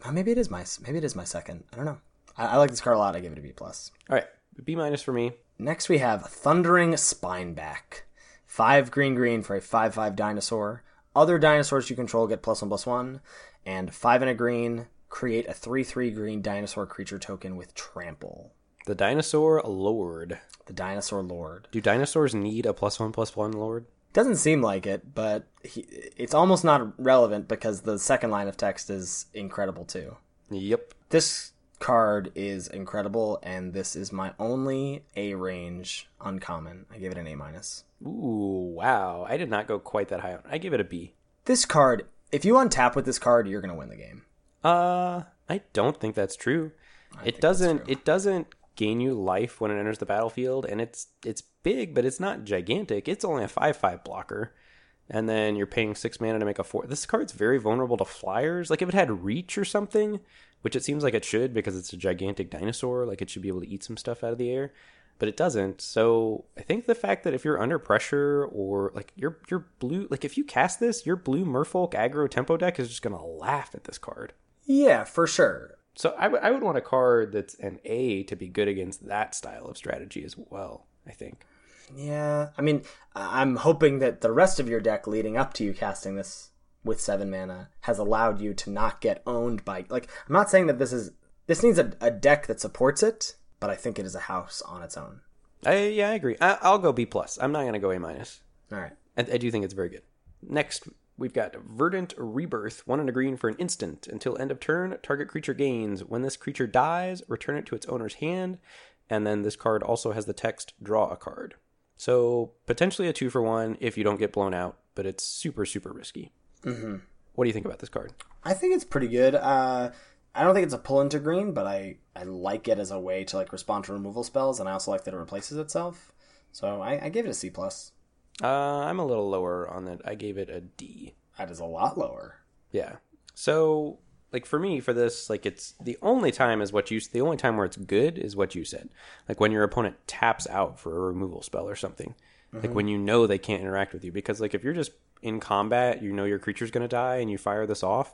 [SPEAKER 3] Uh, maybe it is my. Maybe it is my second. I don't know. I, I like this card a lot. I give it a B plus.
[SPEAKER 2] All right, B minus for me.
[SPEAKER 3] Next, we have Thundering Spineback. Five green green for a 5 5 dinosaur. Other dinosaurs you control get plus one plus one. And five and a green, create a 3 3 green dinosaur creature token with trample.
[SPEAKER 2] The dinosaur lord.
[SPEAKER 3] The dinosaur lord.
[SPEAKER 2] Do dinosaurs need a plus one plus one lord?
[SPEAKER 3] Doesn't seem like it, but he, it's almost not relevant because the second line of text is incredible too.
[SPEAKER 2] Yep.
[SPEAKER 3] This card is incredible, and this is my only A range uncommon. I give it an A minus.
[SPEAKER 2] Ooh, wow. I did not go quite that high. on I give it a B.
[SPEAKER 3] This card, if you untap with this card, you're gonna win the game.
[SPEAKER 2] Uh, I don't think that's true. it doesn't. It doesn't gain you life when it enters the battlefield, and it's it's big, but it's not gigantic. It's only a five five blocker, and then you're paying six mana to make a four. This card's very vulnerable to flyers. Like if it had reach or something, which it seems like it should because it's a gigantic dinosaur. Like it should be able to eat some stuff out of the air, but it doesn't. So I think the fact that if you're under pressure or like your your blue like if you cast this, your blue Merfolk aggro tempo deck is just gonna laugh at this card.
[SPEAKER 3] Yeah, for sure.
[SPEAKER 2] So I would- I would want a card that's an A to be good against that style of strategy as well. I think.
[SPEAKER 3] Yeah, I mean, I- I'm hoping that the rest of your deck leading up to you casting this with seven mana has allowed you to not get owned by. Like, I'm not saying that this is this needs a, a deck that supports it, but I think it is a house on its own.
[SPEAKER 2] I yeah I agree. I, I'll go B plus. I'm not gonna go A minus.
[SPEAKER 3] All right.
[SPEAKER 2] I, I do think it's very good. Next we've got Verdant Rebirth, one and a green for an instant until end of turn. Target creature gains. When this creature dies, return it to its owner's hand. And then this card also has the text draw a card. So potentially a two for one if you don't get blown out, but it's super super risky.
[SPEAKER 3] Mm-hmm.
[SPEAKER 2] What do you think about this card?
[SPEAKER 3] I think it's pretty good. Uh, I don't think it's a pull into green, but I, I like it as a way to like respond to removal spells, and I also like that it replaces itself. So I, I give it a C plus.
[SPEAKER 2] Uh, I'm a little lower on that. I gave it a D.
[SPEAKER 3] That is a lot lower.
[SPEAKER 2] Yeah. So, like for me, for this, like it's the only time is what you the only time where it's good is what you said. Like when your opponent taps out for a removal spell or something. Like when you know they can't interact with you because like if you're just in combat, you know your creature's going to die and you fire this off.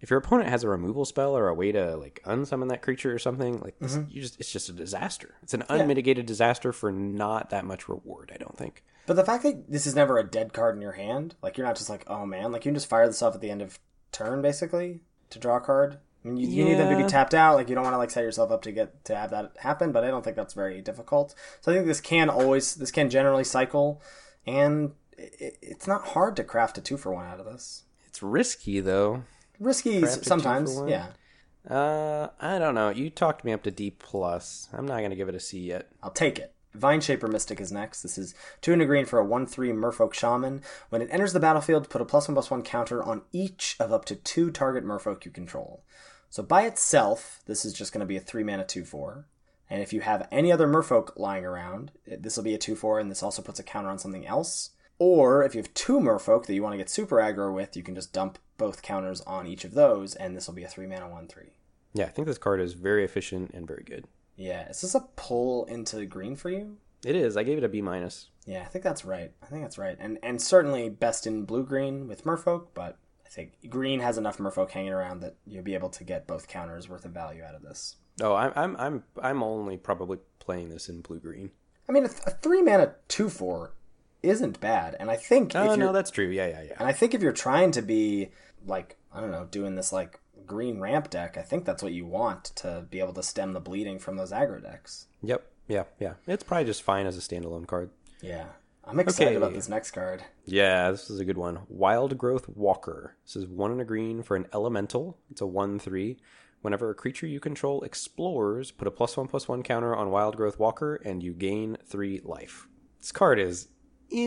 [SPEAKER 2] If your opponent has a removal spell or a way to like unsummon that creature or something, like it's- you just it's just a disaster. It's an unmitigated disaster for not that much reward, I don't think.
[SPEAKER 3] But the fact that this is never a dead card in your hand, like you're not just like, oh man, like you can just fire this off at the end of turn basically to draw a card. I mean, you, you need them to
[SPEAKER 2] Yeah.
[SPEAKER 3] be tapped out. Like you don't want to like set yourself up to get to have that happen. But I don't think that's very difficult. So I think this can always, this can generally cycle, and it, it's not hard to craft a two for one out of this.
[SPEAKER 2] It's risky though.
[SPEAKER 3] Risky
[SPEAKER 2] Craft a two
[SPEAKER 3] sometimes,
[SPEAKER 2] for one?
[SPEAKER 3] yeah.
[SPEAKER 2] Uh, I don't know. You talked me up to D plus. I'm not gonna give it a C yet.
[SPEAKER 3] I'll take it. Vine Shaper Mystic is next. This is two and a green for a 1 3 Merfolk Shaman. When it enters the battlefield, put a plus 1 plus 1 counter on each of up to two target Merfolk you control. So by itself, this is just going to be a 3 mana 2 4. And if you have any other Merfolk lying around, eh, this will be a 2 4, and this also puts a counter on something else. Or if you have two Merfolk that you want to get super aggro with, you can just dump both counters on each of those, and this will be a 3 mana 1 3.
[SPEAKER 2] Yeah, I think this card is very efficient and very good.
[SPEAKER 3] Yeah, is this a pull into green for you?
[SPEAKER 2] It is. I gave it a B minus.
[SPEAKER 3] Yeah, I think that's right. I think that's right. And and certainly best in blue green with Merfolk, but I think green has enough Merfolk hanging around that you'll be able to get both counters worth of value out of this.
[SPEAKER 2] Oh, I'm I'm I'm I'm only probably playing this in blue green.
[SPEAKER 3] I mean, a, th- a three mana two four isn't bad, and I think
[SPEAKER 2] Oh
[SPEAKER 3] if you're
[SPEAKER 2] no, that's true. Yeah, yeah, yeah.
[SPEAKER 3] and I think if you're trying to be like I don't know, doing this like green ramp deck, I think that's what you want to be able to stem the bleeding from those aggro decks.
[SPEAKER 2] Yep. Yeah, yeah. It's probably just fine as a standalone card.
[SPEAKER 3] Yeah, I'm excited
[SPEAKER 2] Okay.
[SPEAKER 3] about this next card.
[SPEAKER 2] Yeah, this is a good one. Wild Growth Walker. This is one and a green for an elemental. It's a 1 3. Whenever a creature you control explores, put a plus 1 plus 1 counter on Wild Growth Walker and you gain 3 life. This card is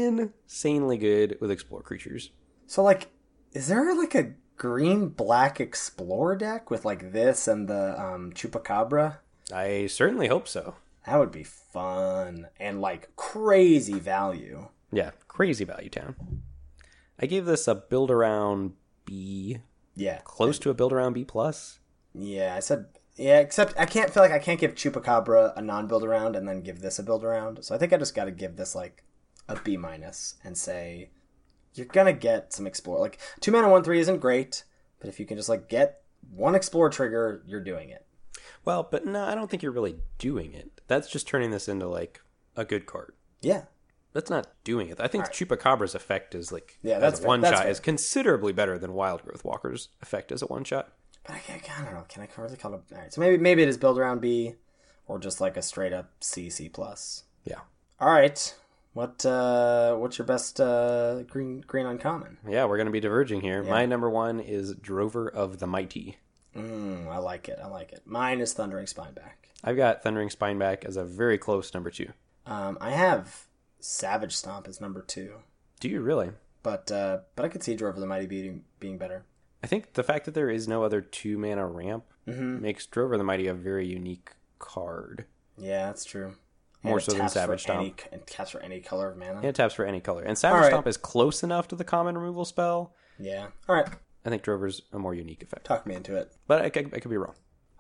[SPEAKER 2] insanely good with explore creatures.
[SPEAKER 3] So like, is there like a green black explorer deck with like this and the um, chupacabra?
[SPEAKER 2] I certainly hope so.
[SPEAKER 3] That would be fun and like crazy value.
[SPEAKER 2] Yeah, crazy value town. I gave this a build around B,
[SPEAKER 3] Yeah,
[SPEAKER 2] close to a build around B plus.
[SPEAKER 3] yeah. I said yeah. Except I can't feel like I can't give chupacabra a non build around and then give this a build around. So I think I just got to give this like a B minus and say you're gonna get some explore. Like two mana one three isn't great, but if you can just like get one explore trigger, you're doing it.
[SPEAKER 2] Well, but no, I don't think you're really doing it. That's just turning this into like a good card.
[SPEAKER 3] Yeah,
[SPEAKER 2] That's not doing it. I think Chupacabra's effect is like
[SPEAKER 3] Yeah,
[SPEAKER 2] as
[SPEAKER 3] that's
[SPEAKER 2] a
[SPEAKER 3] fair.
[SPEAKER 2] one
[SPEAKER 3] That's
[SPEAKER 2] shot
[SPEAKER 3] fair.
[SPEAKER 2] is considerably better than Wild Growth Walker's effect as a one shot.
[SPEAKER 3] But I, can't- I don't know. Can I really call it? All right. So maybe maybe it is build around B, or just like a straight up C C plus.
[SPEAKER 2] Yeah,
[SPEAKER 3] All right. What uh, what's your best uh, green green uncommon?
[SPEAKER 2] yeah, we're gonna be diverging here. My number one is Drover of the Mighty.
[SPEAKER 3] Mm, I like it. I like it. Mine is thundering spineback.
[SPEAKER 2] I've got Thundering Spineback as a very close number two.
[SPEAKER 3] Um, I have savage stomp as number two,
[SPEAKER 2] Do you really?
[SPEAKER 3] but uh, but I could see Drover the mighty being being better.
[SPEAKER 2] I think the fact that there is no other two mana ramp
[SPEAKER 3] Mm-hmm.
[SPEAKER 2] makes Drover the Mighty a very unique card.
[SPEAKER 3] Yeah, that's true.
[SPEAKER 2] More
[SPEAKER 3] it
[SPEAKER 2] so than
[SPEAKER 3] taps for
[SPEAKER 2] Savage
[SPEAKER 3] any- It taps for any color of mana.
[SPEAKER 2] And it taps for any color. And Savage
[SPEAKER 3] All right.
[SPEAKER 2] Stomp is close enough to the common removal spell.
[SPEAKER 3] Yeah. All right.
[SPEAKER 2] I think Drover's a more unique effect.
[SPEAKER 3] Talk me into it.
[SPEAKER 2] But I, I- I could be wrong.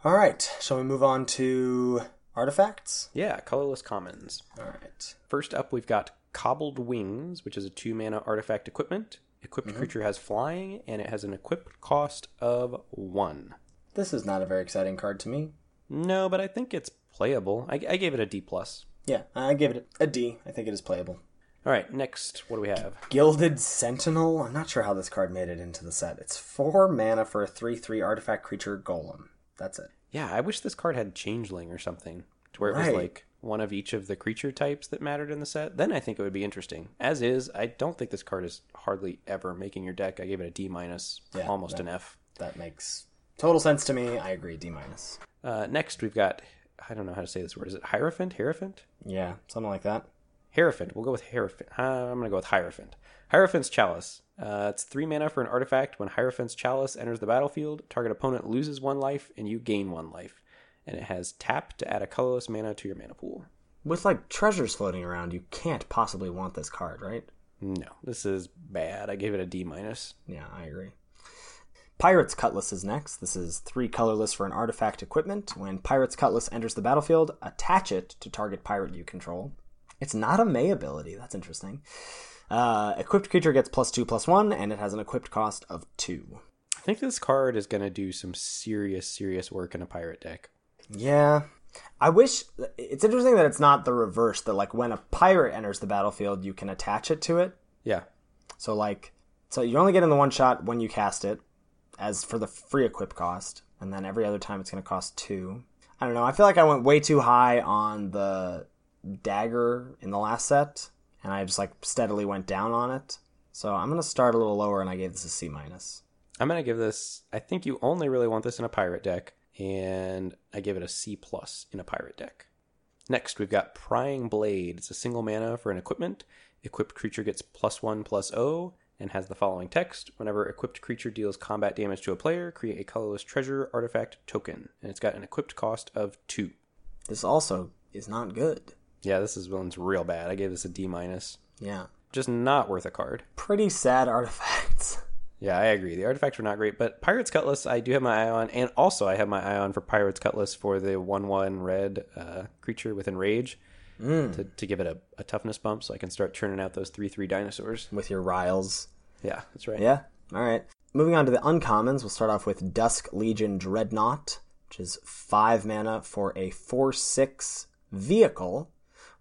[SPEAKER 3] All right. Shall we move on to artifacts?
[SPEAKER 2] Yeah, colorless commons.
[SPEAKER 3] All right.
[SPEAKER 2] First up, we've got Cobbled Wings, which is a two mana artifact equipment. Equipped
[SPEAKER 3] Mm-hmm.
[SPEAKER 2] creature has flying, and it has an equipped cost of one.
[SPEAKER 3] This is not a very exciting card to me.
[SPEAKER 2] No, but I think it's playable. I, I gave it a D plus.
[SPEAKER 3] Yeah, I gave it a D. I think it is playable.
[SPEAKER 2] All right, next, what do we have?
[SPEAKER 3] Gilded Sentinel. I'm not sure how this card made it into the set. It's four mana for a 3 3 artifact creature golem. That's it.
[SPEAKER 2] Yeah, I wish this card had Changeling or something, to where it was
[SPEAKER 3] Right.
[SPEAKER 2] like one of each of the creature types that mattered in the set. Then I think it would be interesting. As is, I don't think this card is hardly ever making your deck. I gave it a D minus,
[SPEAKER 3] Yeah,
[SPEAKER 2] almost
[SPEAKER 3] that-
[SPEAKER 2] an F.
[SPEAKER 3] That makes total sense to me. I agree. D minus.
[SPEAKER 2] Uh, next, we've got I don't know how to say this word. Is it Hierophant? Hierophant?
[SPEAKER 3] Yeah, something like that.
[SPEAKER 2] Hierophant. We'll go with Hierophant. Uh, I'm going to go with Hierophant. Hierophant's Chalice. Uh, it's three mana for an artifact. When Hierophant's Chalice enters the battlefield, target opponent loses one life and you gain one life. And it has tap to add a colorless mana to your mana pool.
[SPEAKER 3] With like treasures floating around, you can't possibly want this card, right?
[SPEAKER 2] No, this is bad. I gave it a D minus.
[SPEAKER 3] Yeah, I agree. Pirate's Cutlass is next. This is three colorless for an artifact equipment. When Pirate's Cutlass enters the battlefield, attach it to target pirate you control. It's not a May ability. That's interesting. Uh, equipped creature gets plus two, plus one, and it has an equipped cost of two.
[SPEAKER 2] I think this card is going to do some serious, serious work in a pirate deck.
[SPEAKER 3] Yeah. I wish it's interesting that it's not the reverse that like when a pirate enters the battlefield you can attach it to it.
[SPEAKER 2] Yeah.
[SPEAKER 3] So like so you're only getting the one shot when you cast it as for the free equip cost and then every other time it's going to cost 2. I don't know. I feel like I went way too high on the dagger in the last set and I just like steadily went down on it. So I'm going to start a little lower and I gave this a C minus.
[SPEAKER 2] I'm going to give this, I think you only really want this in a pirate deck, and I give it a C plus in a pirate deck. Next, we've got Prying Blade. It's a single mana for an equipment. Equipped creature gets plus one plus O and has the following text Whenever equipped creature deals combat damage to a player, create a colorless treasure artifact token. And it's got an equipped cost of two.
[SPEAKER 3] This also is not good.
[SPEAKER 2] Yeah, this is one's real bad. I gave this a D minus.
[SPEAKER 3] Yeah.
[SPEAKER 2] Just not worth a card.
[SPEAKER 3] Pretty sad artifacts.
[SPEAKER 2] Yeah, I agree. The artifacts were not great, but Pirate's Cutlass, I do have my eye on, and also I have my eye on for Pirate's Cutlass for the one-one red uh, creature with Enrage
[SPEAKER 3] Mm.
[SPEAKER 2] to, to give it a, a toughness bump, so I can start churning out those three-three dinosaurs.
[SPEAKER 3] with your riles.
[SPEAKER 2] Yeah, that's right.
[SPEAKER 3] Yeah. All right. Moving on to the uncommons, we'll start off with Dusk Legion Dreadnought, which is five mana for a 4 6 vehicle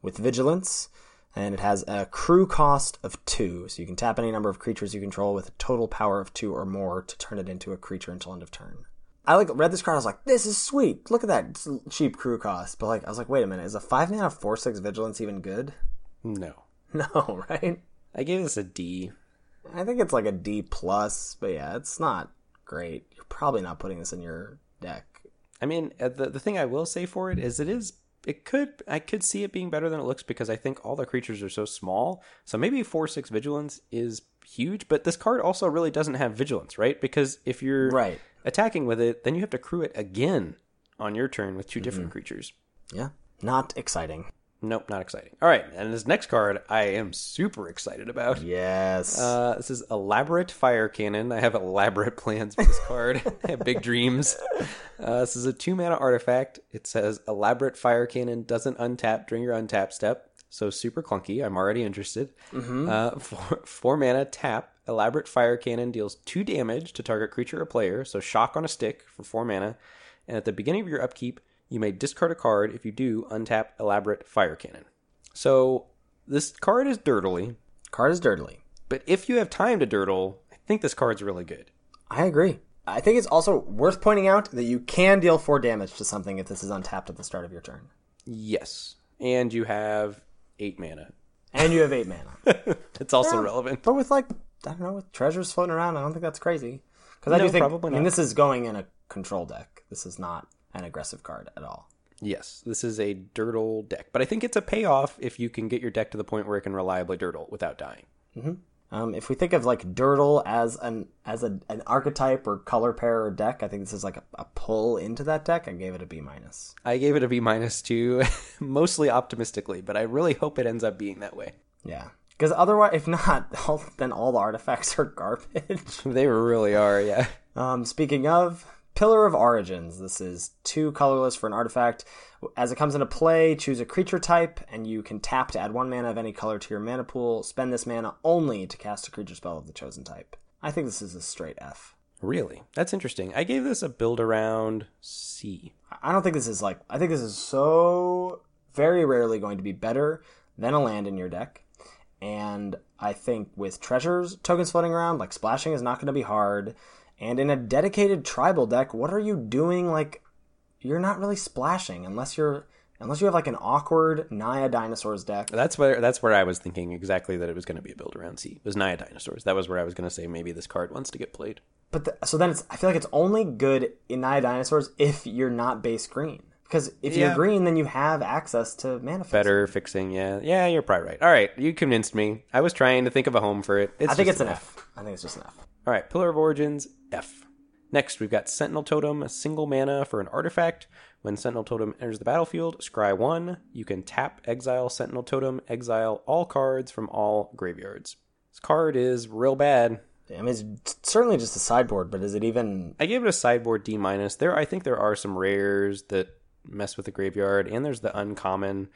[SPEAKER 3] with vigilance, and it has a crew cost of two. So you can tap any number of creatures you control with a total power of two or more to turn it into a creature until end of turn. I like read this card. I was like, "This is sweet. Look at that it's cheap crew cost." But like, I was like, "Wait a minute. Is a five mana four six vigilance even good?"
[SPEAKER 2] No,
[SPEAKER 3] No, right?
[SPEAKER 2] I gave this a D.
[SPEAKER 3] I think it's like a D plus, but yeah, it's not great. You're probably not putting this in your deck.
[SPEAKER 2] I mean, uh, the the thing I will say for it is it is it could I could see it being better than it looks because I think all the creatures are so small. So maybe four six vigilance is huge, but this card also really doesn't have vigilance, right? Because if you're
[SPEAKER 3] Right.
[SPEAKER 2] attacking with it, then you have to crew it again on your turn with 2 different creatures.
[SPEAKER 3] Yeah, not exciting.
[SPEAKER 2] Nope, not exciting. All right, and this next card I am super excited about.
[SPEAKER 3] Yes.
[SPEAKER 2] Uh, this is elaborate fire cannon. I have elaborate plans for this card. I have big dreams. Uh, this is a two mana artifact. It says elaborate fire cannon doesn't untap during your untap step. So super clunky. I'm already interested. Uh, four, four mana tap. Elaborate fire cannon deals two damage to target creature or player. So shock on a stick for four mana. And at the beginning of your upkeep, you may discard a card. If you do, untap elaborate fire cannon. So this card is dirtily,
[SPEAKER 3] card is dirtily.
[SPEAKER 2] but if you have time to dirtle, I think this card's really good.
[SPEAKER 3] I agree. I think it's also worth pointing out that you can deal four damage to something if this is untapped at the start of your turn,
[SPEAKER 2] Yes. And you have eight mana.
[SPEAKER 3] and you have eight mana.
[SPEAKER 2] It's also relevant.
[SPEAKER 3] But with like I don't know, with treasures floating around, I don't think that's crazy. Because I
[SPEAKER 2] No,
[SPEAKER 3] do think
[SPEAKER 2] probably
[SPEAKER 3] I mean
[SPEAKER 2] not.
[SPEAKER 3] this is going in a control deck. This is not an aggressive card at all.
[SPEAKER 2] Yes, this is a dirtle deck, but I think it's a payoff if you can get your deck to the point where it can reliably dirtle without dying.
[SPEAKER 3] Um, if we think of like Dirtle as an as a, an archetype or color pair or deck, I think this is like a, a pull into that deck. I gave it a B minus.
[SPEAKER 2] I gave it a B minus two, mostly optimistically, but I really hope it ends up being that way.
[SPEAKER 3] Yeah, because otherwise, if not, all, then all the artifacts are garbage.
[SPEAKER 2] They really are, yeah.
[SPEAKER 3] Um, speaking of Pillar of Origins, this is two colorless for an artifact. As it comes into play, choose a creature type, and you can tap to add one mana of any color to your mana pool. Spend this mana only to cast a creature spell of the chosen type. I think this is a straight F.
[SPEAKER 2] Really? That's interesting. I gave this a build around C.
[SPEAKER 3] I don't think this is like I think this is so very rarely going to be better than a land in your deck. And I think with treasures tokens floating around, like splashing is not going to be hard. And in a dedicated tribal deck, what are you doing? Like you're not really splashing unless you're unless you have like an awkward Naya dinosaurs deck.
[SPEAKER 2] That's where that's where I was thinking exactly that it was going to be a build around C. It was Naya Dinosaurs. That was where I was going to say maybe this card wants to get played.
[SPEAKER 3] But the, so then it's I feel like it's only good in Naya dinosaurs if you're not base green. Because if
[SPEAKER 2] Yeah.
[SPEAKER 3] you're green, then you have access to manifest.
[SPEAKER 2] Better fixing, yeah, yeah. You're probably right. All right, you convinced me. I was trying to think of a home for it.
[SPEAKER 3] I think
[SPEAKER 2] just
[SPEAKER 3] it's an F. I think it's just an F.
[SPEAKER 2] All right, Pillar of Origins, F. Next, we've got Sentinel Totem, a single mana for an artifact. When Sentinel Totem enters the battlefield, scry one. You can tap, exile Sentinel Totem, exile all cards from all graveyards. This card is real bad.
[SPEAKER 3] I mean, it's certainly just a sideboard, but is it even?
[SPEAKER 2] I gave it a sideboard D minus. There, I think there are some rares that mess with the graveyard, and there's the uncommon.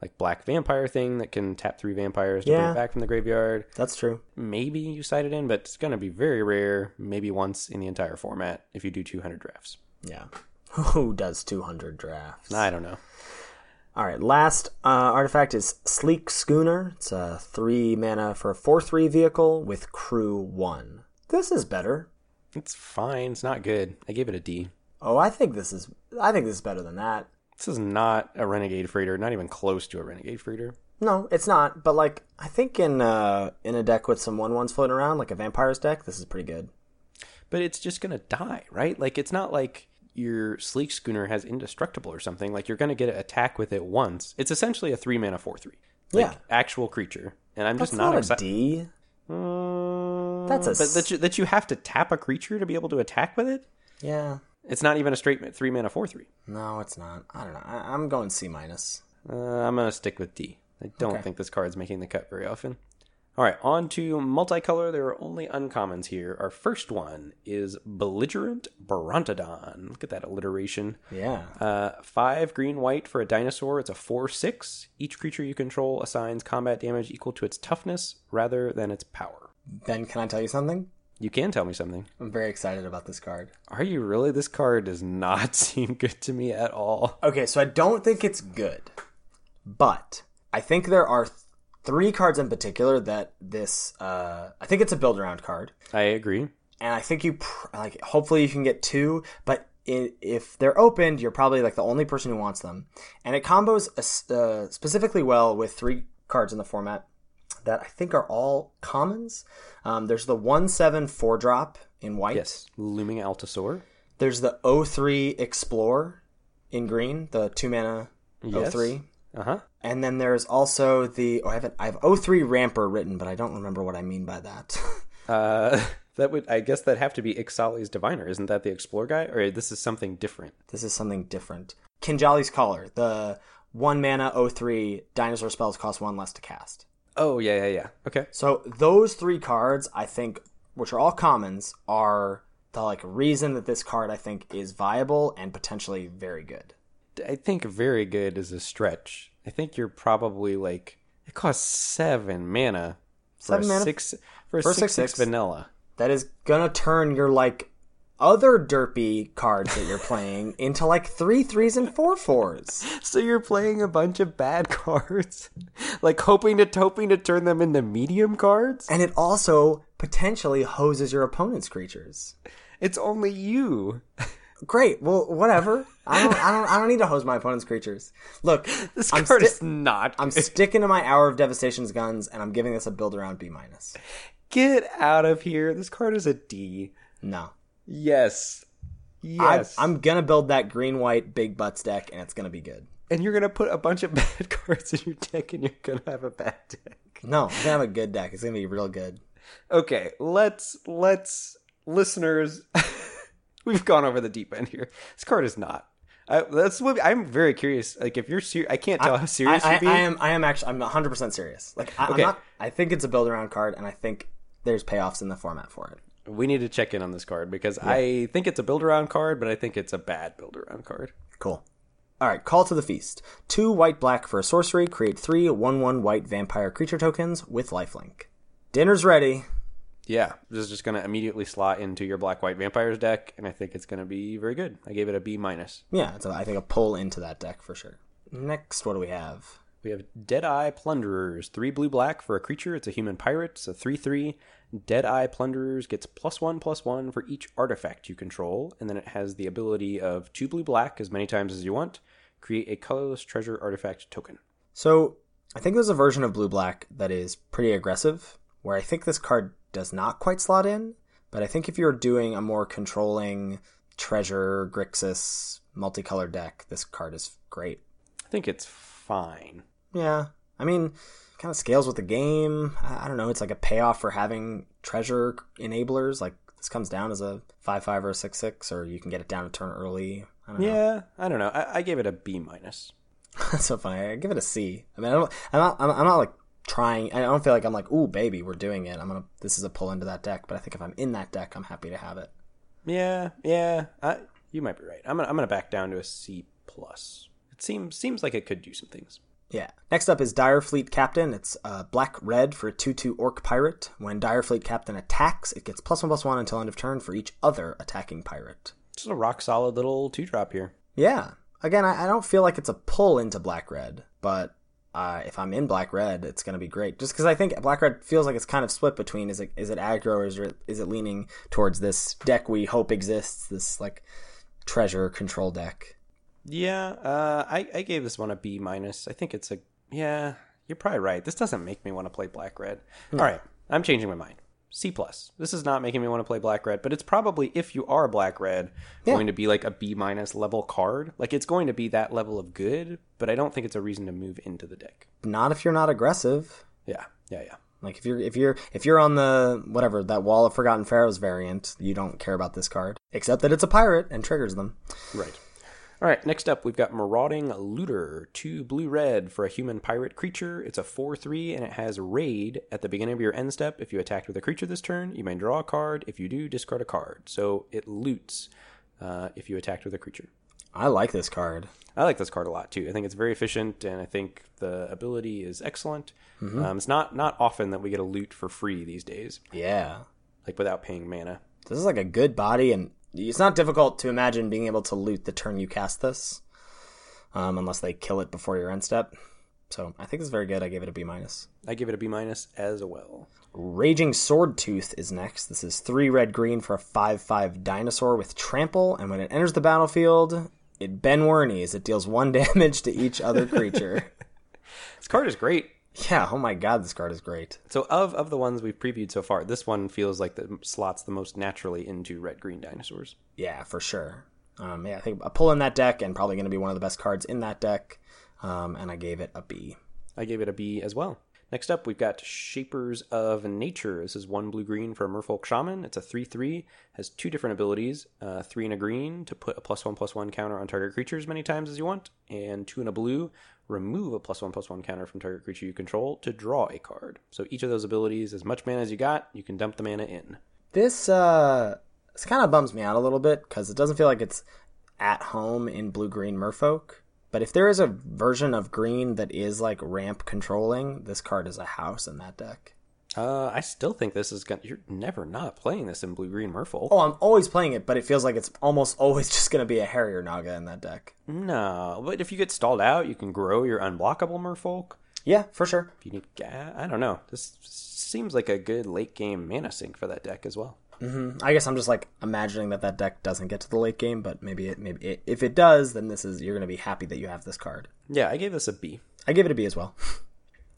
[SPEAKER 2] like black vampire thing that can tap three vampires to bring
[SPEAKER 3] Yeah.
[SPEAKER 2] it back from the graveyard.
[SPEAKER 3] That's true.
[SPEAKER 2] Maybe you cite it in, but it's going to be very rare, maybe once in the entire format if you do 200 drafts.
[SPEAKER 3] Yeah. Who does 200 drafts?
[SPEAKER 2] I don't know.
[SPEAKER 3] All right, last uh, artifact is Sleek Schooner. It's a three mana for a four-three vehicle with crew one. This is better.
[SPEAKER 2] It's fine. It's not good. I gave it a D.
[SPEAKER 3] Oh, I think this is. I think this is better than that.
[SPEAKER 2] This is not a renegade freighter, not even close to a renegade freighter.
[SPEAKER 3] No, it's not. But like, I think in uh, in a deck with some one ones floating around, like a vampires deck, this is pretty good.
[SPEAKER 2] But it's just going to die, right? Like it's not like your sleek schooner has indestructible or something. Like you're going to get an attack with it once. It's essentially a three mana four three. Like
[SPEAKER 3] Yeah.
[SPEAKER 2] actual creature. And I'm
[SPEAKER 3] That's
[SPEAKER 2] just
[SPEAKER 3] not,
[SPEAKER 2] not,
[SPEAKER 3] a
[SPEAKER 2] excited.
[SPEAKER 3] D.
[SPEAKER 2] That's
[SPEAKER 3] That's a
[SPEAKER 2] a but that you, that you have to tap a creature to be able to attack with it.
[SPEAKER 3] Yeah.
[SPEAKER 2] It's not even a straight ma- three mana four three.
[SPEAKER 3] No, it's not. I don't know. I, I'm going C minus.
[SPEAKER 2] Uh, I'm going to stick with D. I don't
[SPEAKER 3] Okay.
[SPEAKER 2] think this card's making the cut very often. All right, on to multicolor. There are only uncommons here. Our first one is Belligerent Brontodon. Look at that alliteration.
[SPEAKER 3] Yeah.
[SPEAKER 2] Uh, five green white for a dinosaur. It's a four six. Each creature you control assigns combat damage equal to its toughness rather than its power.
[SPEAKER 3] Ben, can I tell you something?
[SPEAKER 2] You can tell me something.
[SPEAKER 3] I'm very excited about this card.
[SPEAKER 2] Are you really? This card does not seem good to me at all.
[SPEAKER 3] Okay, so I don't think it's good, but I think there are th- three cards in particular that this. Uh, I think it's a build around card,
[SPEAKER 2] I agree.
[SPEAKER 3] and I think you pr- like. Hopefully, you can get two, but i if they're opened, you're probably like the only person who wants them, and it combos as- uh, specifically well with three cards in the format that I think are all commons. Um, there's the one seven four drop in white.
[SPEAKER 2] Yes, Looming Altasaur.
[SPEAKER 3] There's the 03 Explore in green, the two mana
[SPEAKER 2] Yes.
[SPEAKER 3] 03.
[SPEAKER 2] Uh huh.
[SPEAKER 3] And then there's also the oh, I haven't I have 03 Ramper written, but I don't remember what I mean by that.
[SPEAKER 2] Uh, that would, I guess, that have to be Ixali's Diviner. Isn't that the Explore guy? Or this is something different.
[SPEAKER 3] this is something different. Kinjali's Caller, the one mana 03 dinosaur spells cost one less to cast.
[SPEAKER 2] Oh yeah, yeah, yeah. Okay.
[SPEAKER 3] So those three cards, I think, which are all commons, are the like reason that this card I think is viable and potentially very good.
[SPEAKER 2] I think very good is a stretch. I think you're probably like it costs seven mana for
[SPEAKER 3] Seven
[SPEAKER 2] a
[SPEAKER 3] mana?
[SPEAKER 2] six for a
[SPEAKER 3] For a
[SPEAKER 2] six, six,
[SPEAKER 3] 6/6.
[SPEAKER 2] vanilla.
[SPEAKER 3] that is gonna turn your like other derpy cards that you're playing into like three threes and four fours.
[SPEAKER 2] So you're playing a bunch of bad cards, like hoping to hoping to turn them into medium cards.
[SPEAKER 3] And it also potentially hoses your opponent's creatures.
[SPEAKER 2] It's only you.
[SPEAKER 3] Great. Well, whatever. I don't. I don't. I don't need to hose my opponent's creatures. Look,
[SPEAKER 2] This
[SPEAKER 3] I'm
[SPEAKER 2] card
[SPEAKER 3] sti-
[SPEAKER 2] is not.
[SPEAKER 3] I'm
[SPEAKER 2] good.
[SPEAKER 3] sticking to my hour of devastation's guns, and I'm giving this a build around B minus.
[SPEAKER 2] Get out of here. This card is a D.
[SPEAKER 3] No.
[SPEAKER 2] Yes.
[SPEAKER 3] I-
[SPEAKER 2] Yes.
[SPEAKER 3] I'm gonna build that green white big butts deck, and it's gonna be good.
[SPEAKER 2] and you're gonna put a bunch of bad cards in your deck, and you're gonna have a bad deck.
[SPEAKER 3] No, I'm gonna have a good deck. It's gonna be real good.
[SPEAKER 2] Okay, let's let's listeners. we've gone over the deep end here. This card is not. I, that's what I'm very curious. Like, if you're serious, I can't tell how Oh, serious
[SPEAKER 3] I,
[SPEAKER 2] you're being.
[SPEAKER 3] I, I am. I am actually. I'm 100 percent serious. Like I,
[SPEAKER 2] Okay.
[SPEAKER 3] I'm not. I think it's a build around card, and I think there's payoffs in the format for it.
[SPEAKER 2] We need to check in on this card because I think it's a build around card, but I think it's a bad build around card.
[SPEAKER 3] Cool. All right. Call to the feast. Two white black for a sorcery. Create three one one white vampire creature tokens with lifelink. Dinner's ready.
[SPEAKER 2] Yeah, this is just going to immediately slot into your black white vampires deck, and I think it's going to be very good. I gave it a B minus.
[SPEAKER 3] Yeah, it's a, I think a pull into that deck for sure. Next, what do we have?
[SPEAKER 2] We have Deadeye Plunderers, three blue black for a creature. It's a human pirate. It's a three three. Deadeye Plunderers gets plus one plus one for each artifact you control, and then it has the ability of two blue black as many times as you want. Create a colorless treasure artifact token.
[SPEAKER 3] So I think there's a version of blue black that is pretty aggressive, where I think this card does not quite slot in. But I think if you're doing a more controlling treasure Grixis multicolored deck, this card is great.
[SPEAKER 2] I think it's fine.
[SPEAKER 3] Yeah, I mean, kind of scales with the game. I, I don't know. It's like a payoff for having treasure enablers. Like this comes down as a five five or a six six, or you can get it down a turn early. I don't know.
[SPEAKER 2] Yeah, I don't know. I, I gave it a B minus.
[SPEAKER 3] That's so funny. I give it a C. I mean, I don't. I'm not. I'm, I'm not like trying. I don't feel like I'm like, ooh, baby, we're doing it. I'm gonna. This is a pull into that deck. But I think if I'm in that deck, I'm happy to have it.
[SPEAKER 2] Yeah, yeah. I, you might be right. I'm gonna I'm gonna back down to a C plus. It seems seems like it could do some things.
[SPEAKER 3] Yeah. Next up is Direfleet Captain. It's uh, black red for a 2 2 Orc Pirate. When Direfleet Captain attacks, it gets plus 1 plus 1 until end of turn for each other attacking pirate.
[SPEAKER 2] Just a rock solid little two drop here.
[SPEAKER 3] Yeah. Again, I, I don't feel like it's a pull into black red, but uh, if I'm in black red, it's going to be great. Just because I think black red feels like it's kind of split between is it is it aggro or is it, is it leaning towards this deck we hope exists, this like treasure control deck.
[SPEAKER 2] Yeah, uh, I, I gave this one a B minus. I think it's a yeah. You're probably right. This doesn't make me want to play black red. All right, I'm changing my mind. C plus. This is not making me want to play black red, but it's probably if you are black red,
[SPEAKER 3] Yeah.
[SPEAKER 2] going to be like a B minus level card. Like it's going to be that level of good, but I don't think it's a reason to move into the deck.
[SPEAKER 3] Not if you're not aggressive.
[SPEAKER 2] Yeah, yeah, yeah.
[SPEAKER 3] Like if you're if you're if you're on the whatever that wall of forgotten pharaohs variant, you don't care about this card except that it's a pirate and triggers them.
[SPEAKER 2] Right. All right, next up, we've got Marauding Looter, two blue red for a human pirate creature. It's a 4 3, and it has Raid at the beginning of your end step. If you attacked with a creature this turn, you may draw a card. If you do, discard a card. So it loots uh, if you attacked with a creature.
[SPEAKER 3] I like this card.
[SPEAKER 2] I like this card a lot too. I think it's very efficient, and I think the ability is excellent. Um, it's not not often that we get a loot for free these days,
[SPEAKER 3] Yeah.
[SPEAKER 2] like without paying mana.
[SPEAKER 3] This is like a good body, and it's not difficult to imagine being able to loot the turn you cast this, um, unless they kill it before your end step. So I think it's very good. I gave it a B minus.
[SPEAKER 2] I give it a B minus as well.
[SPEAKER 3] Raging Sword Tooth is next. This is three red green for a five five dinosaur with trample, and when it enters the battlefield, it Ben Wernies. It deals one damage to each other creature.
[SPEAKER 2] This card is great.
[SPEAKER 3] yeah. Oh my god, this card is great.
[SPEAKER 2] So of of the ones we've previewed so far, this one feels like the slots the most naturally into red green dinosaurs.
[SPEAKER 3] Yeah, for sure. Um, yeah, I think a pull in that deck, and probably going to be one of the best cards in that deck. Um, and I gave it a B.
[SPEAKER 2] I gave it a B as well. Next up, we've got Shapers of Nature. This is one blue green for a Merfolk Shaman. It's a 3 3, has two different abilities uh, three and a green to put a plus one plus one counter on target creature as many times as you want, and two and a blue, remove a plus one plus one counter from target creature you control to draw a card. So each of those abilities, as much mana as you got, you can dump the mana in.
[SPEAKER 3] This uh, this kind of bums me out a little bit because it doesn't feel like it's at home in blue green Merfolk. But if there is a version of green that is like ramp controlling, this card is a house in that deck.
[SPEAKER 2] Uh, I still think this is going to. You're never not playing this in blue green Merfolk.
[SPEAKER 3] Oh, I'm always playing it, but it feels like it's almost always just going to be a Harrier Naga in that deck.
[SPEAKER 2] No, but if you get stalled out, you can grow your unblockable merfolk.
[SPEAKER 3] Yeah, for sure.
[SPEAKER 2] If you need, ga- I don't know. This seems like a good late game mana sink for that deck as well.
[SPEAKER 3] Mm-hmm. I guess I'm just like imagining that that deck doesn't get to the late game, but maybe it maybe it, if it does, then this is you're going to be happy that you have this card.
[SPEAKER 2] Yeah, I gave this a B.
[SPEAKER 3] I give it a B as well.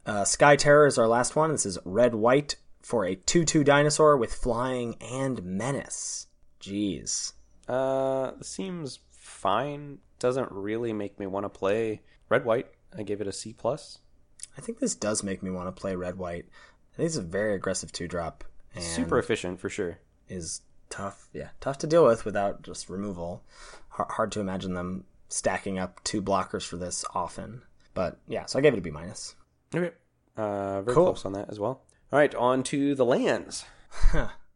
[SPEAKER 3] Uh, Sky Terror is our last one. This is red white for a 2 2 dinosaur with flying and menace. Jeez.
[SPEAKER 2] Uh, this seems fine. Doesn't really make me want to play red white. I gave it a C plus.
[SPEAKER 3] I think this does make me want to play red white. I think it's a very aggressive 2 drop. And
[SPEAKER 2] Super efficient for sure.
[SPEAKER 3] Is tough. Yeah, tough to deal with without just removal. Har hard to imagine them stacking up two blockers for this often. But yeah, so I gave it a B minus.
[SPEAKER 2] Okay. Uh, very
[SPEAKER 3] Cool.
[SPEAKER 2] close on that as well. All right, on to the lands.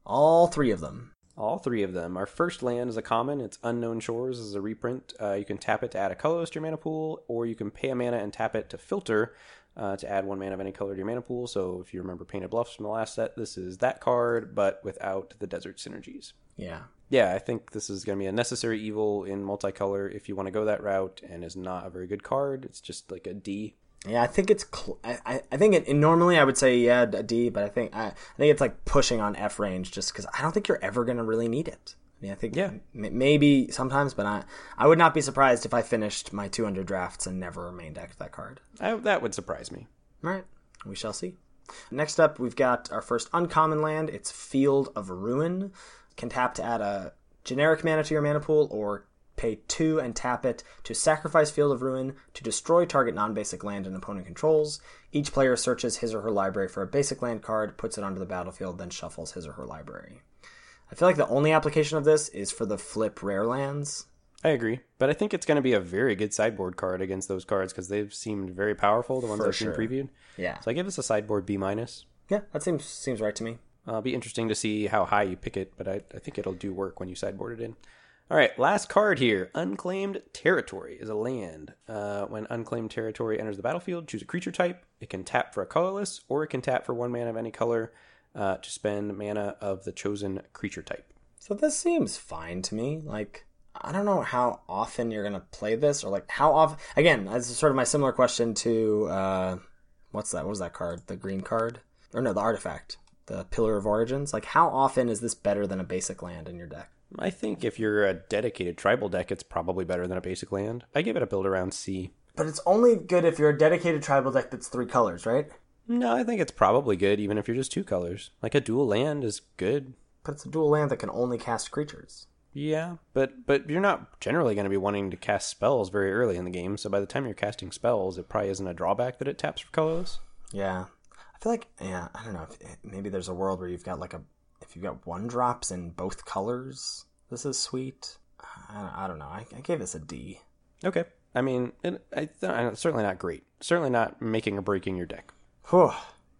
[SPEAKER 3] All three of them.
[SPEAKER 2] All three of them. Our first land is a common. It's Unknown Shores is a reprint. Uh, you can tap it to add a colorless to your mana pool, or you can pay a mana and tap it to filter uh, to add one mana of any color to your mana pool. So if you remember Painted Bluffs from the last set, this is that card, but without the desert synergies.
[SPEAKER 3] Yeah.
[SPEAKER 2] Yeah, I think this is going to be a necessary evil in multicolor if you want to go that route, and is not a very good card. It's just like a D.
[SPEAKER 3] Yeah, I think it's. Cl- I, I- I think it, and normally I would say yeah a D, but I think I, I think it's like pushing on F range just because I don't think you're ever gonna really need it. I mean, I think
[SPEAKER 2] Yeah.
[SPEAKER 3] m- maybe sometimes, but I I would not be surprised if I finished my 200 drafts and never main decked that card.
[SPEAKER 2] I, that would surprise me.
[SPEAKER 3] All right, we shall see. Next up, we've got our first uncommon land. It's Field of Ruin. Can tap to add a generic mana to your mana pool or pay two and tap it to sacrifice Field of Ruin to destroy target non basic land an opponent controls. Each player searches his or her library for a basic land card, puts it onto the battlefield, then shuffles his or her library. I feel like the only application of this is for the flip rare lands.
[SPEAKER 2] I agree, but I think it's going to be a very good sideboard card against those cards because they've seemed very powerful. The ones
[SPEAKER 3] For
[SPEAKER 2] I've
[SPEAKER 3] sure.
[SPEAKER 2] seen previewed.
[SPEAKER 3] Yeah.
[SPEAKER 2] So I give this a sideboard B minus.
[SPEAKER 3] Yeah, that seems seems right to me.
[SPEAKER 2] Uh, it'll be interesting to see how high you pick it, but I, I think it'll do work when you sideboard it in. All right, last card here. Unclaimed territory is a land. Uh, when unclaimed territory enters the battlefield, choose a creature type. It can tap for a colorless, or it can tap for one mana of any color uh, to spend mana of the chosen creature type.
[SPEAKER 3] So this seems fine to me. Like I don't know how often you're gonna play this, or like how often. Again, that's sort of my similar question to uh, what's that? What was that card? The green card, or no, the artifact, the Pillar of Origins. Like how often is this better than a basic land in your deck?
[SPEAKER 2] I think if you're a dedicated tribal deck, it's probably better than a basic land. I give it a build around C.
[SPEAKER 3] But it's only good if you're a dedicated tribal deck that's three colors, right?
[SPEAKER 2] No, I think it's probably good even if you're just two colors. Like a dual land is good.
[SPEAKER 3] But it's a dual land that can only cast creatures.
[SPEAKER 2] Yeah, but but you're not generally going to be wanting to cast spells very early in the game, so by the time you're casting spells, it probably isn't a drawback that it taps for colorless.
[SPEAKER 3] Yeah, I feel like yeah, I don't know. If, eh, maybe there's a world where you've got like a if you've got one drops in both colors, this is sweet. I, I don't know. I, I gave this a D.
[SPEAKER 2] Okay. I mean, it, I, it's certainly not great. Certainly not making or breaking your deck.
[SPEAKER 3] Whew.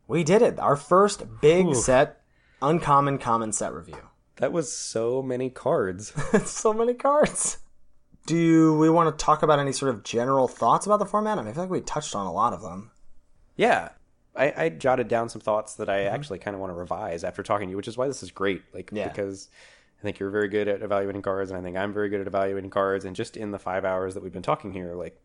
[SPEAKER 3] We did it. Our first big set, uncommon common set review.
[SPEAKER 2] That was so many cards.
[SPEAKER 3] so many cards. Do we want to talk about any sort of general thoughts about the format? I, mean, I feel like we touched on a lot of them.
[SPEAKER 2] yeah. I, I jotted down some thoughts that I actually kind of want to revise after talking to you, which is why this is great. Like,
[SPEAKER 3] Mm-hmm. Yeah.
[SPEAKER 2] because I think you're very good at evaluating cards, and I think I'm very good at evaluating cards. And just in the five hours that we've been talking here, like,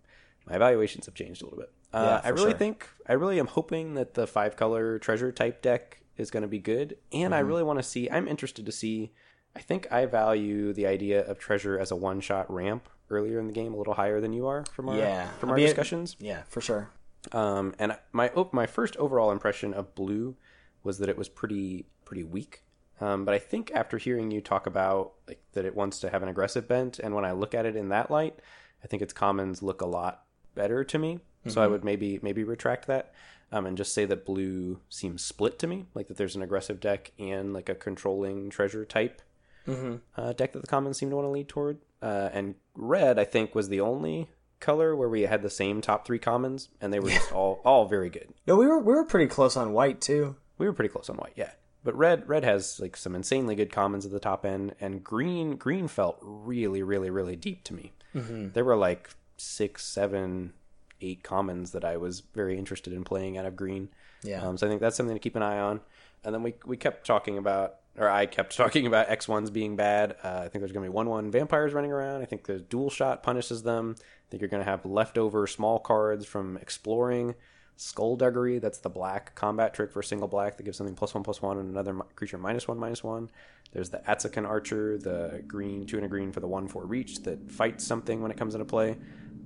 [SPEAKER 2] my evaluations have changed a little bit. Uh,
[SPEAKER 3] Yeah,
[SPEAKER 2] I
[SPEAKER 3] for
[SPEAKER 2] really
[SPEAKER 3] sure.
[SPEAKER 2] think, I really am hoping that the five color treasure type deck is going to be good. And
[SPEAKER 3] Mm-hmm.
[SPEAKER 2] I really want to see, I'm interested to see, I think I value the idea of treasure as a one shot ramp earlier in the game a little higher than you are from our,
[SPEAKER 3] Yeah.
[SPEAKER 2] from
[SPEAKER 3] I
[SPEAKER 2] our
[SPEAKER 3] mean-
[SPEAKER 2] discussions.
[SPEAKER 3] Yeah, for sure.
[SPEAKER 2] Um, and my op- my first overall impression of blue was that it was pretty pretty weak. Um, but I think after hearing you talk about like that it wants to have an aggressive bent, and when I look at it in that light, I think its commons look a lot better to me. So I would maybe maybe retract that um, and just say that blue seems split to me, like that there's an aggressive deck and like a controlling treasure type uh, deck that the commons seem to want to lead toward. Uh, and red, I think, was the only color where we had the same top three commons, and they were just all all very good.
[SPEAKER 3] No, we were we were pretty close on white too.
[SPEAKER 2] We were pretty close on white, yeah. But red, red has like some insanely good commons at the top end, and green, green felt really, really, really deep to me. There were like six, seven, eight commons that I was very interested in playing out of green.
[SPEAKER 3] Yeah.
[SPEAKER 2] Um, so I think that's something to keep an eye on. And then we we kept talking about, or I kept talking about X ones being bad. Uh, I think there's going to be one one vampires running around. I think the dual shot punishes them. I think you're going to have leftover small cards from exploring skullduggery. That's the black combat trick for single black that gives something plus one plus one and another mi- creature minus one minus one. There's the Atsakan archer, the green two and a green for the one four reach that fights something when it comes into play.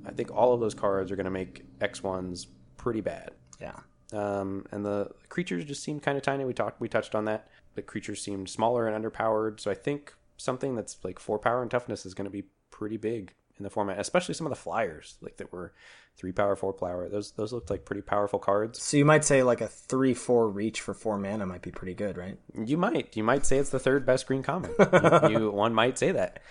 [SPEAKER 2] I think all of those cards are going to make X ones pretty bad
[SPEAKER 3] Yeah.
[SPEAKER 2] um, and the creatures just seemed kind of tiny. We talked, we touched on that. The creatures seemed smaller and underpowered, so I think something that's like four power and toughness is going to be pretty big in the format, especially some of the flyers like that were three power, four power. Those those looked like pretty powerful cards.
[SPEAKER 3] So you might say like a three four reach for four mana might be pretty good, right?
[SPEAKER 2] You might you might say it's the third best green common. you, you- one might say that.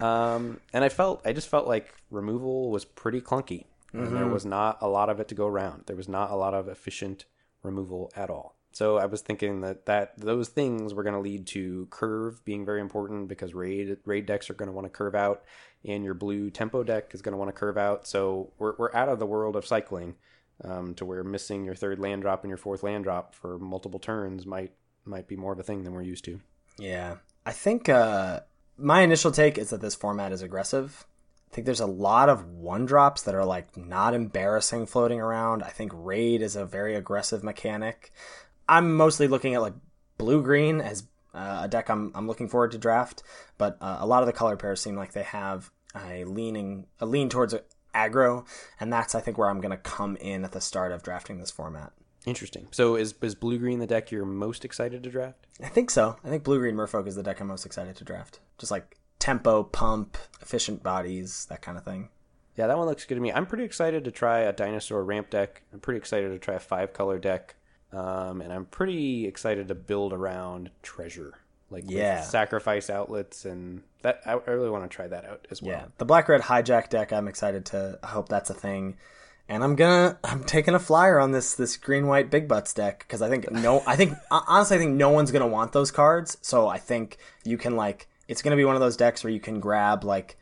[SPEAKER 2] Um, and I felt I just felt like removal was pretty clunky. And there was not a lot of it to go around. There was not a lot of efficient removal at all. So I was thinking that, that those things were going to lead to curve being very important because raid raid decks are going to want to curve out, and your blue tempo deck is going to want to curve out. So we're we're out of the world of cycling, um, to where missing your third land drop and your fourth land drop for multiple turns might might be more of a thing than we're used to.
[SPEAKER 3] Yeah. I think uh, my initial take is that this format is aggressive. I think there's a lot of one drops that are like not embarrassing floating around. I think raid is a very aggressive mechanic. I'm mostly looking at like blue green as uh, a deck I'm I'm looking forward to draft, but uh, a lot of the color pairs seem like they have a leaning a lean towards aggro, and that's I think where I'm gonna come in at the start of drafting this format.
[SPEAKER 2] Interesting. So is is blue green the deck you're most excited to draft?
[SPEAKER 3] I think so. I think Blue Green Merfolk is the deck I'm most excited to draft. Just like tempo, pump, efficient bodies, that kind of thing.
[SPEAKER 2] Yeah, that one looks good to me. I'm pretty excited to try a dinosaur ramp deck. I'm pretty excited to try a five color deck. Um, and I'm pretty excited to build around treasure, like
[SPEAKER 3] Yeah.
[SPEAKER 2] with sacrifice outlets, and that I I really want to try that out as well.
[SPEAKER 3] Yeah. The Black Red Hijack deck, I'm excited to I hope that's a thing. And I'm gonna I'm taking a flyer on this this green white big butts deck because I think no I think honestly I think no one's gonna want those cards. So I think you can like it's going to be one of those decks where you can grab like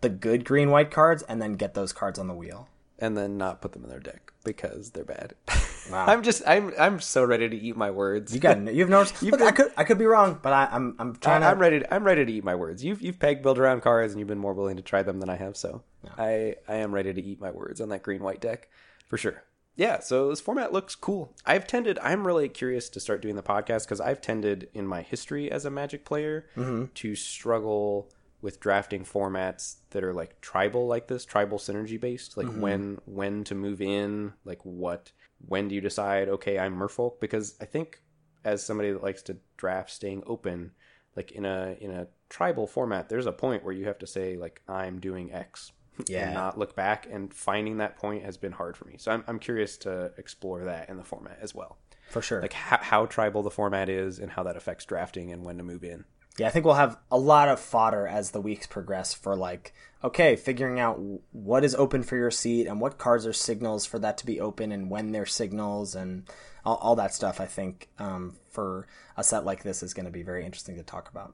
[SPEAKER 3] the good green white cards and then get those cards on the wheel.
[SPEAKER 2] and then not put them in their deck because they're bad. I'm just I'm I'm so ready to eat my words.
[SPEAKER 3] You got you've noticed. Look, I could I could be wrong, but I, I'm I'm
[SPEAKER 2] I,
[SPEAKER 3] trying to.
[SPEAKER 2] I'm ready. To, I'm ready to eat my words. You've you've pegged build around cards, and you've been more willing to try them than I have. So I I am ready to eat my words on that green white deck for sure. Yeah. So this format looks cool. I've tended. I'm really curious to start doing the podcast because I've tended in my history as a Magic player
[SPEAKER 3] Mm-hmm.
[SPEAKER 2] to struggle with drafting formats that are like tribal like this tribal synergy based
[SPEAKER 3] Mm-hmm.
[SPEAKER 2] like when when to move in like what when do you decide okay i'm merfolk because i think as somebody that likes to draft staying open like in a in a tribal format there's a point where you have to say like i'm doing x
[SPEAKER 3] Yeah.
[SPEAKER 2] and not look back and finding that point has been hard for me so i'm, I'm curious to explore that in the format as well
[SPEAKER 3] for sure.
[SPEAKER 2] like how, how tribal the format is and how that affects drafting and when to move in
[SPEAKER 3] Yeah, I think we'll have a lot of fodder as the weeks progress for like, okay, figuring out what is open for your seat and what cards are signals for that to be open and when they're signals and all, all that stuff. I think um, for a set like this is going to be very interesting to talk about.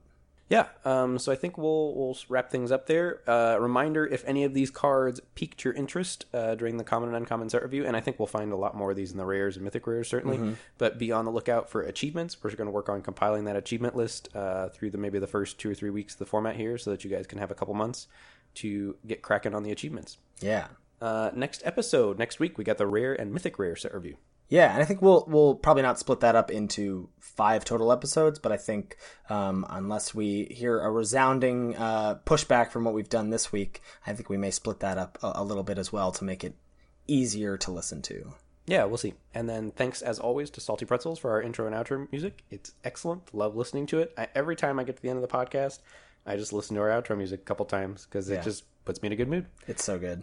[SPEAKER 2] Yeah. Um, so I think we'll we'll wrap things up there. Uh, reminder: if any of these cards piqued your interest uh, during the common and uncommon set review, and I think we'll find a lot more of these in the rares and mythic rares certainly. But be on the lookout for achievements. We're going to work on compiling that achievement list uh, through the maybe the first two or three weeks of the format here, so that you guys can have a couple months to get cracking on the achievements.
[SPEAKER 3] Yeah.
[SPEAKER 2] Uh, next episode next week we got the rare and mythic rare set review.
[SPEAKER 3] Yeah, and I think we'll we'll probably not split that up into five total episodes, but I think um, unless we hear a resounding uh, pushback from what we've done this week, I think we may split that up a, a little bit as well to make it easier to listen to.
[SPEAKER 2] Yeah, we'll see. And then thanks as always to Salty Pretzels for our intro and outro music. It's excellent. Love listening to it. I, every time I get to the end of the podcast, I just listen to our outro music a couple times because it just puts me in a good mood.
[SPEAKER 3] It's so good.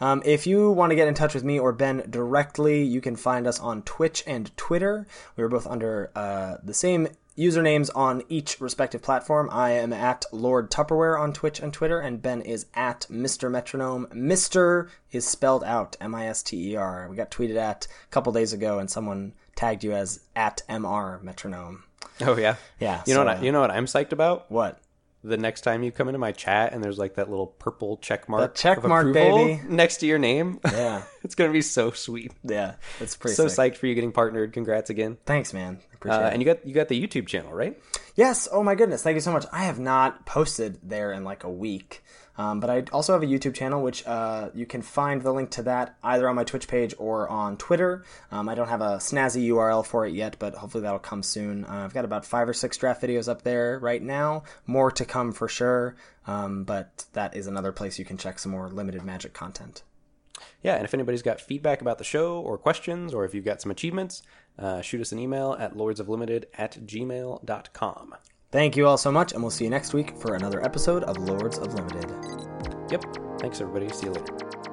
[SPEAKER 3] Um, if you want to get in touch with me or Ben directly, you can find us on Twitch and Twitter. We are both under uh, the same usernames on each respective platform. I am at Lord Tupperware on Twitch and Twitter, and Ben is at Mr. Metronome. Mr. is spelled out M I S T E R. We got tweeted at a couple days ago, and someone tagged you as at MR Metronome.
[SPEAKER 2] Oh yeah,
[SPEAKER 3] Yeah,
[SPEAKER 2] You know
[SPEAKER 3] so,
[SPEAKER 2] what? I,
[SPEAKER 3] uh,
[SPEAKER 2] you know what I'm psyched about?
[SPEAKER 3] What?
[SPEAKER 2] The next time you come into my chat and there's like that little purple check mark,
[SPEAKER 3] The check
[SPEAKER 2] of
[SPEAKER 3] mark,
[SPEAKER 2] approval
[SPEAKER 3] baby.
[SPEAKER 2] next to your name.
[SPEAKER 3] Yeah,
[SPEAKER 2] it's gonna be so sweet.
[SPEAKER 3] yeah, that's pretty
[SPEAKER 2] So
[SPEAKER 3] sick.
[SPEAKER 2] psyched for you getting partnered. Congrats again.
[SPEAKER 3] Thanks, man. Appreciate
[SPEAKER 2] Uh,
[SPEAKER 3] it.
[SPEAKER 2] and you got you got the YouTube channel right?
[SPEAKER 3] Yes. Oh my goodness. Thank you so much. I have not posted there in like a week. Um, but I also have a YouTube channel, which uh, you can find the link to that either on my Twitch page or on Twitter. Um, I don't have a snazzy URL for it yet, but hopefully that'll come soon. Uh, I've got about five or six draft videos up there right now. More to come for sure. Um, but that is another place you can check some more limited magic content.
[SPEAKER 2] yeah and if anybody's got feedback about the show or questions or if you've got some achievements uh, shoot us an email at lordsoflimited at gmail.com
[SPEAKER 3] Thank you all so much, and we'll see you next week for another episode of Lords of Limited.
[SPEAKER 2] yep thanks everybody see you later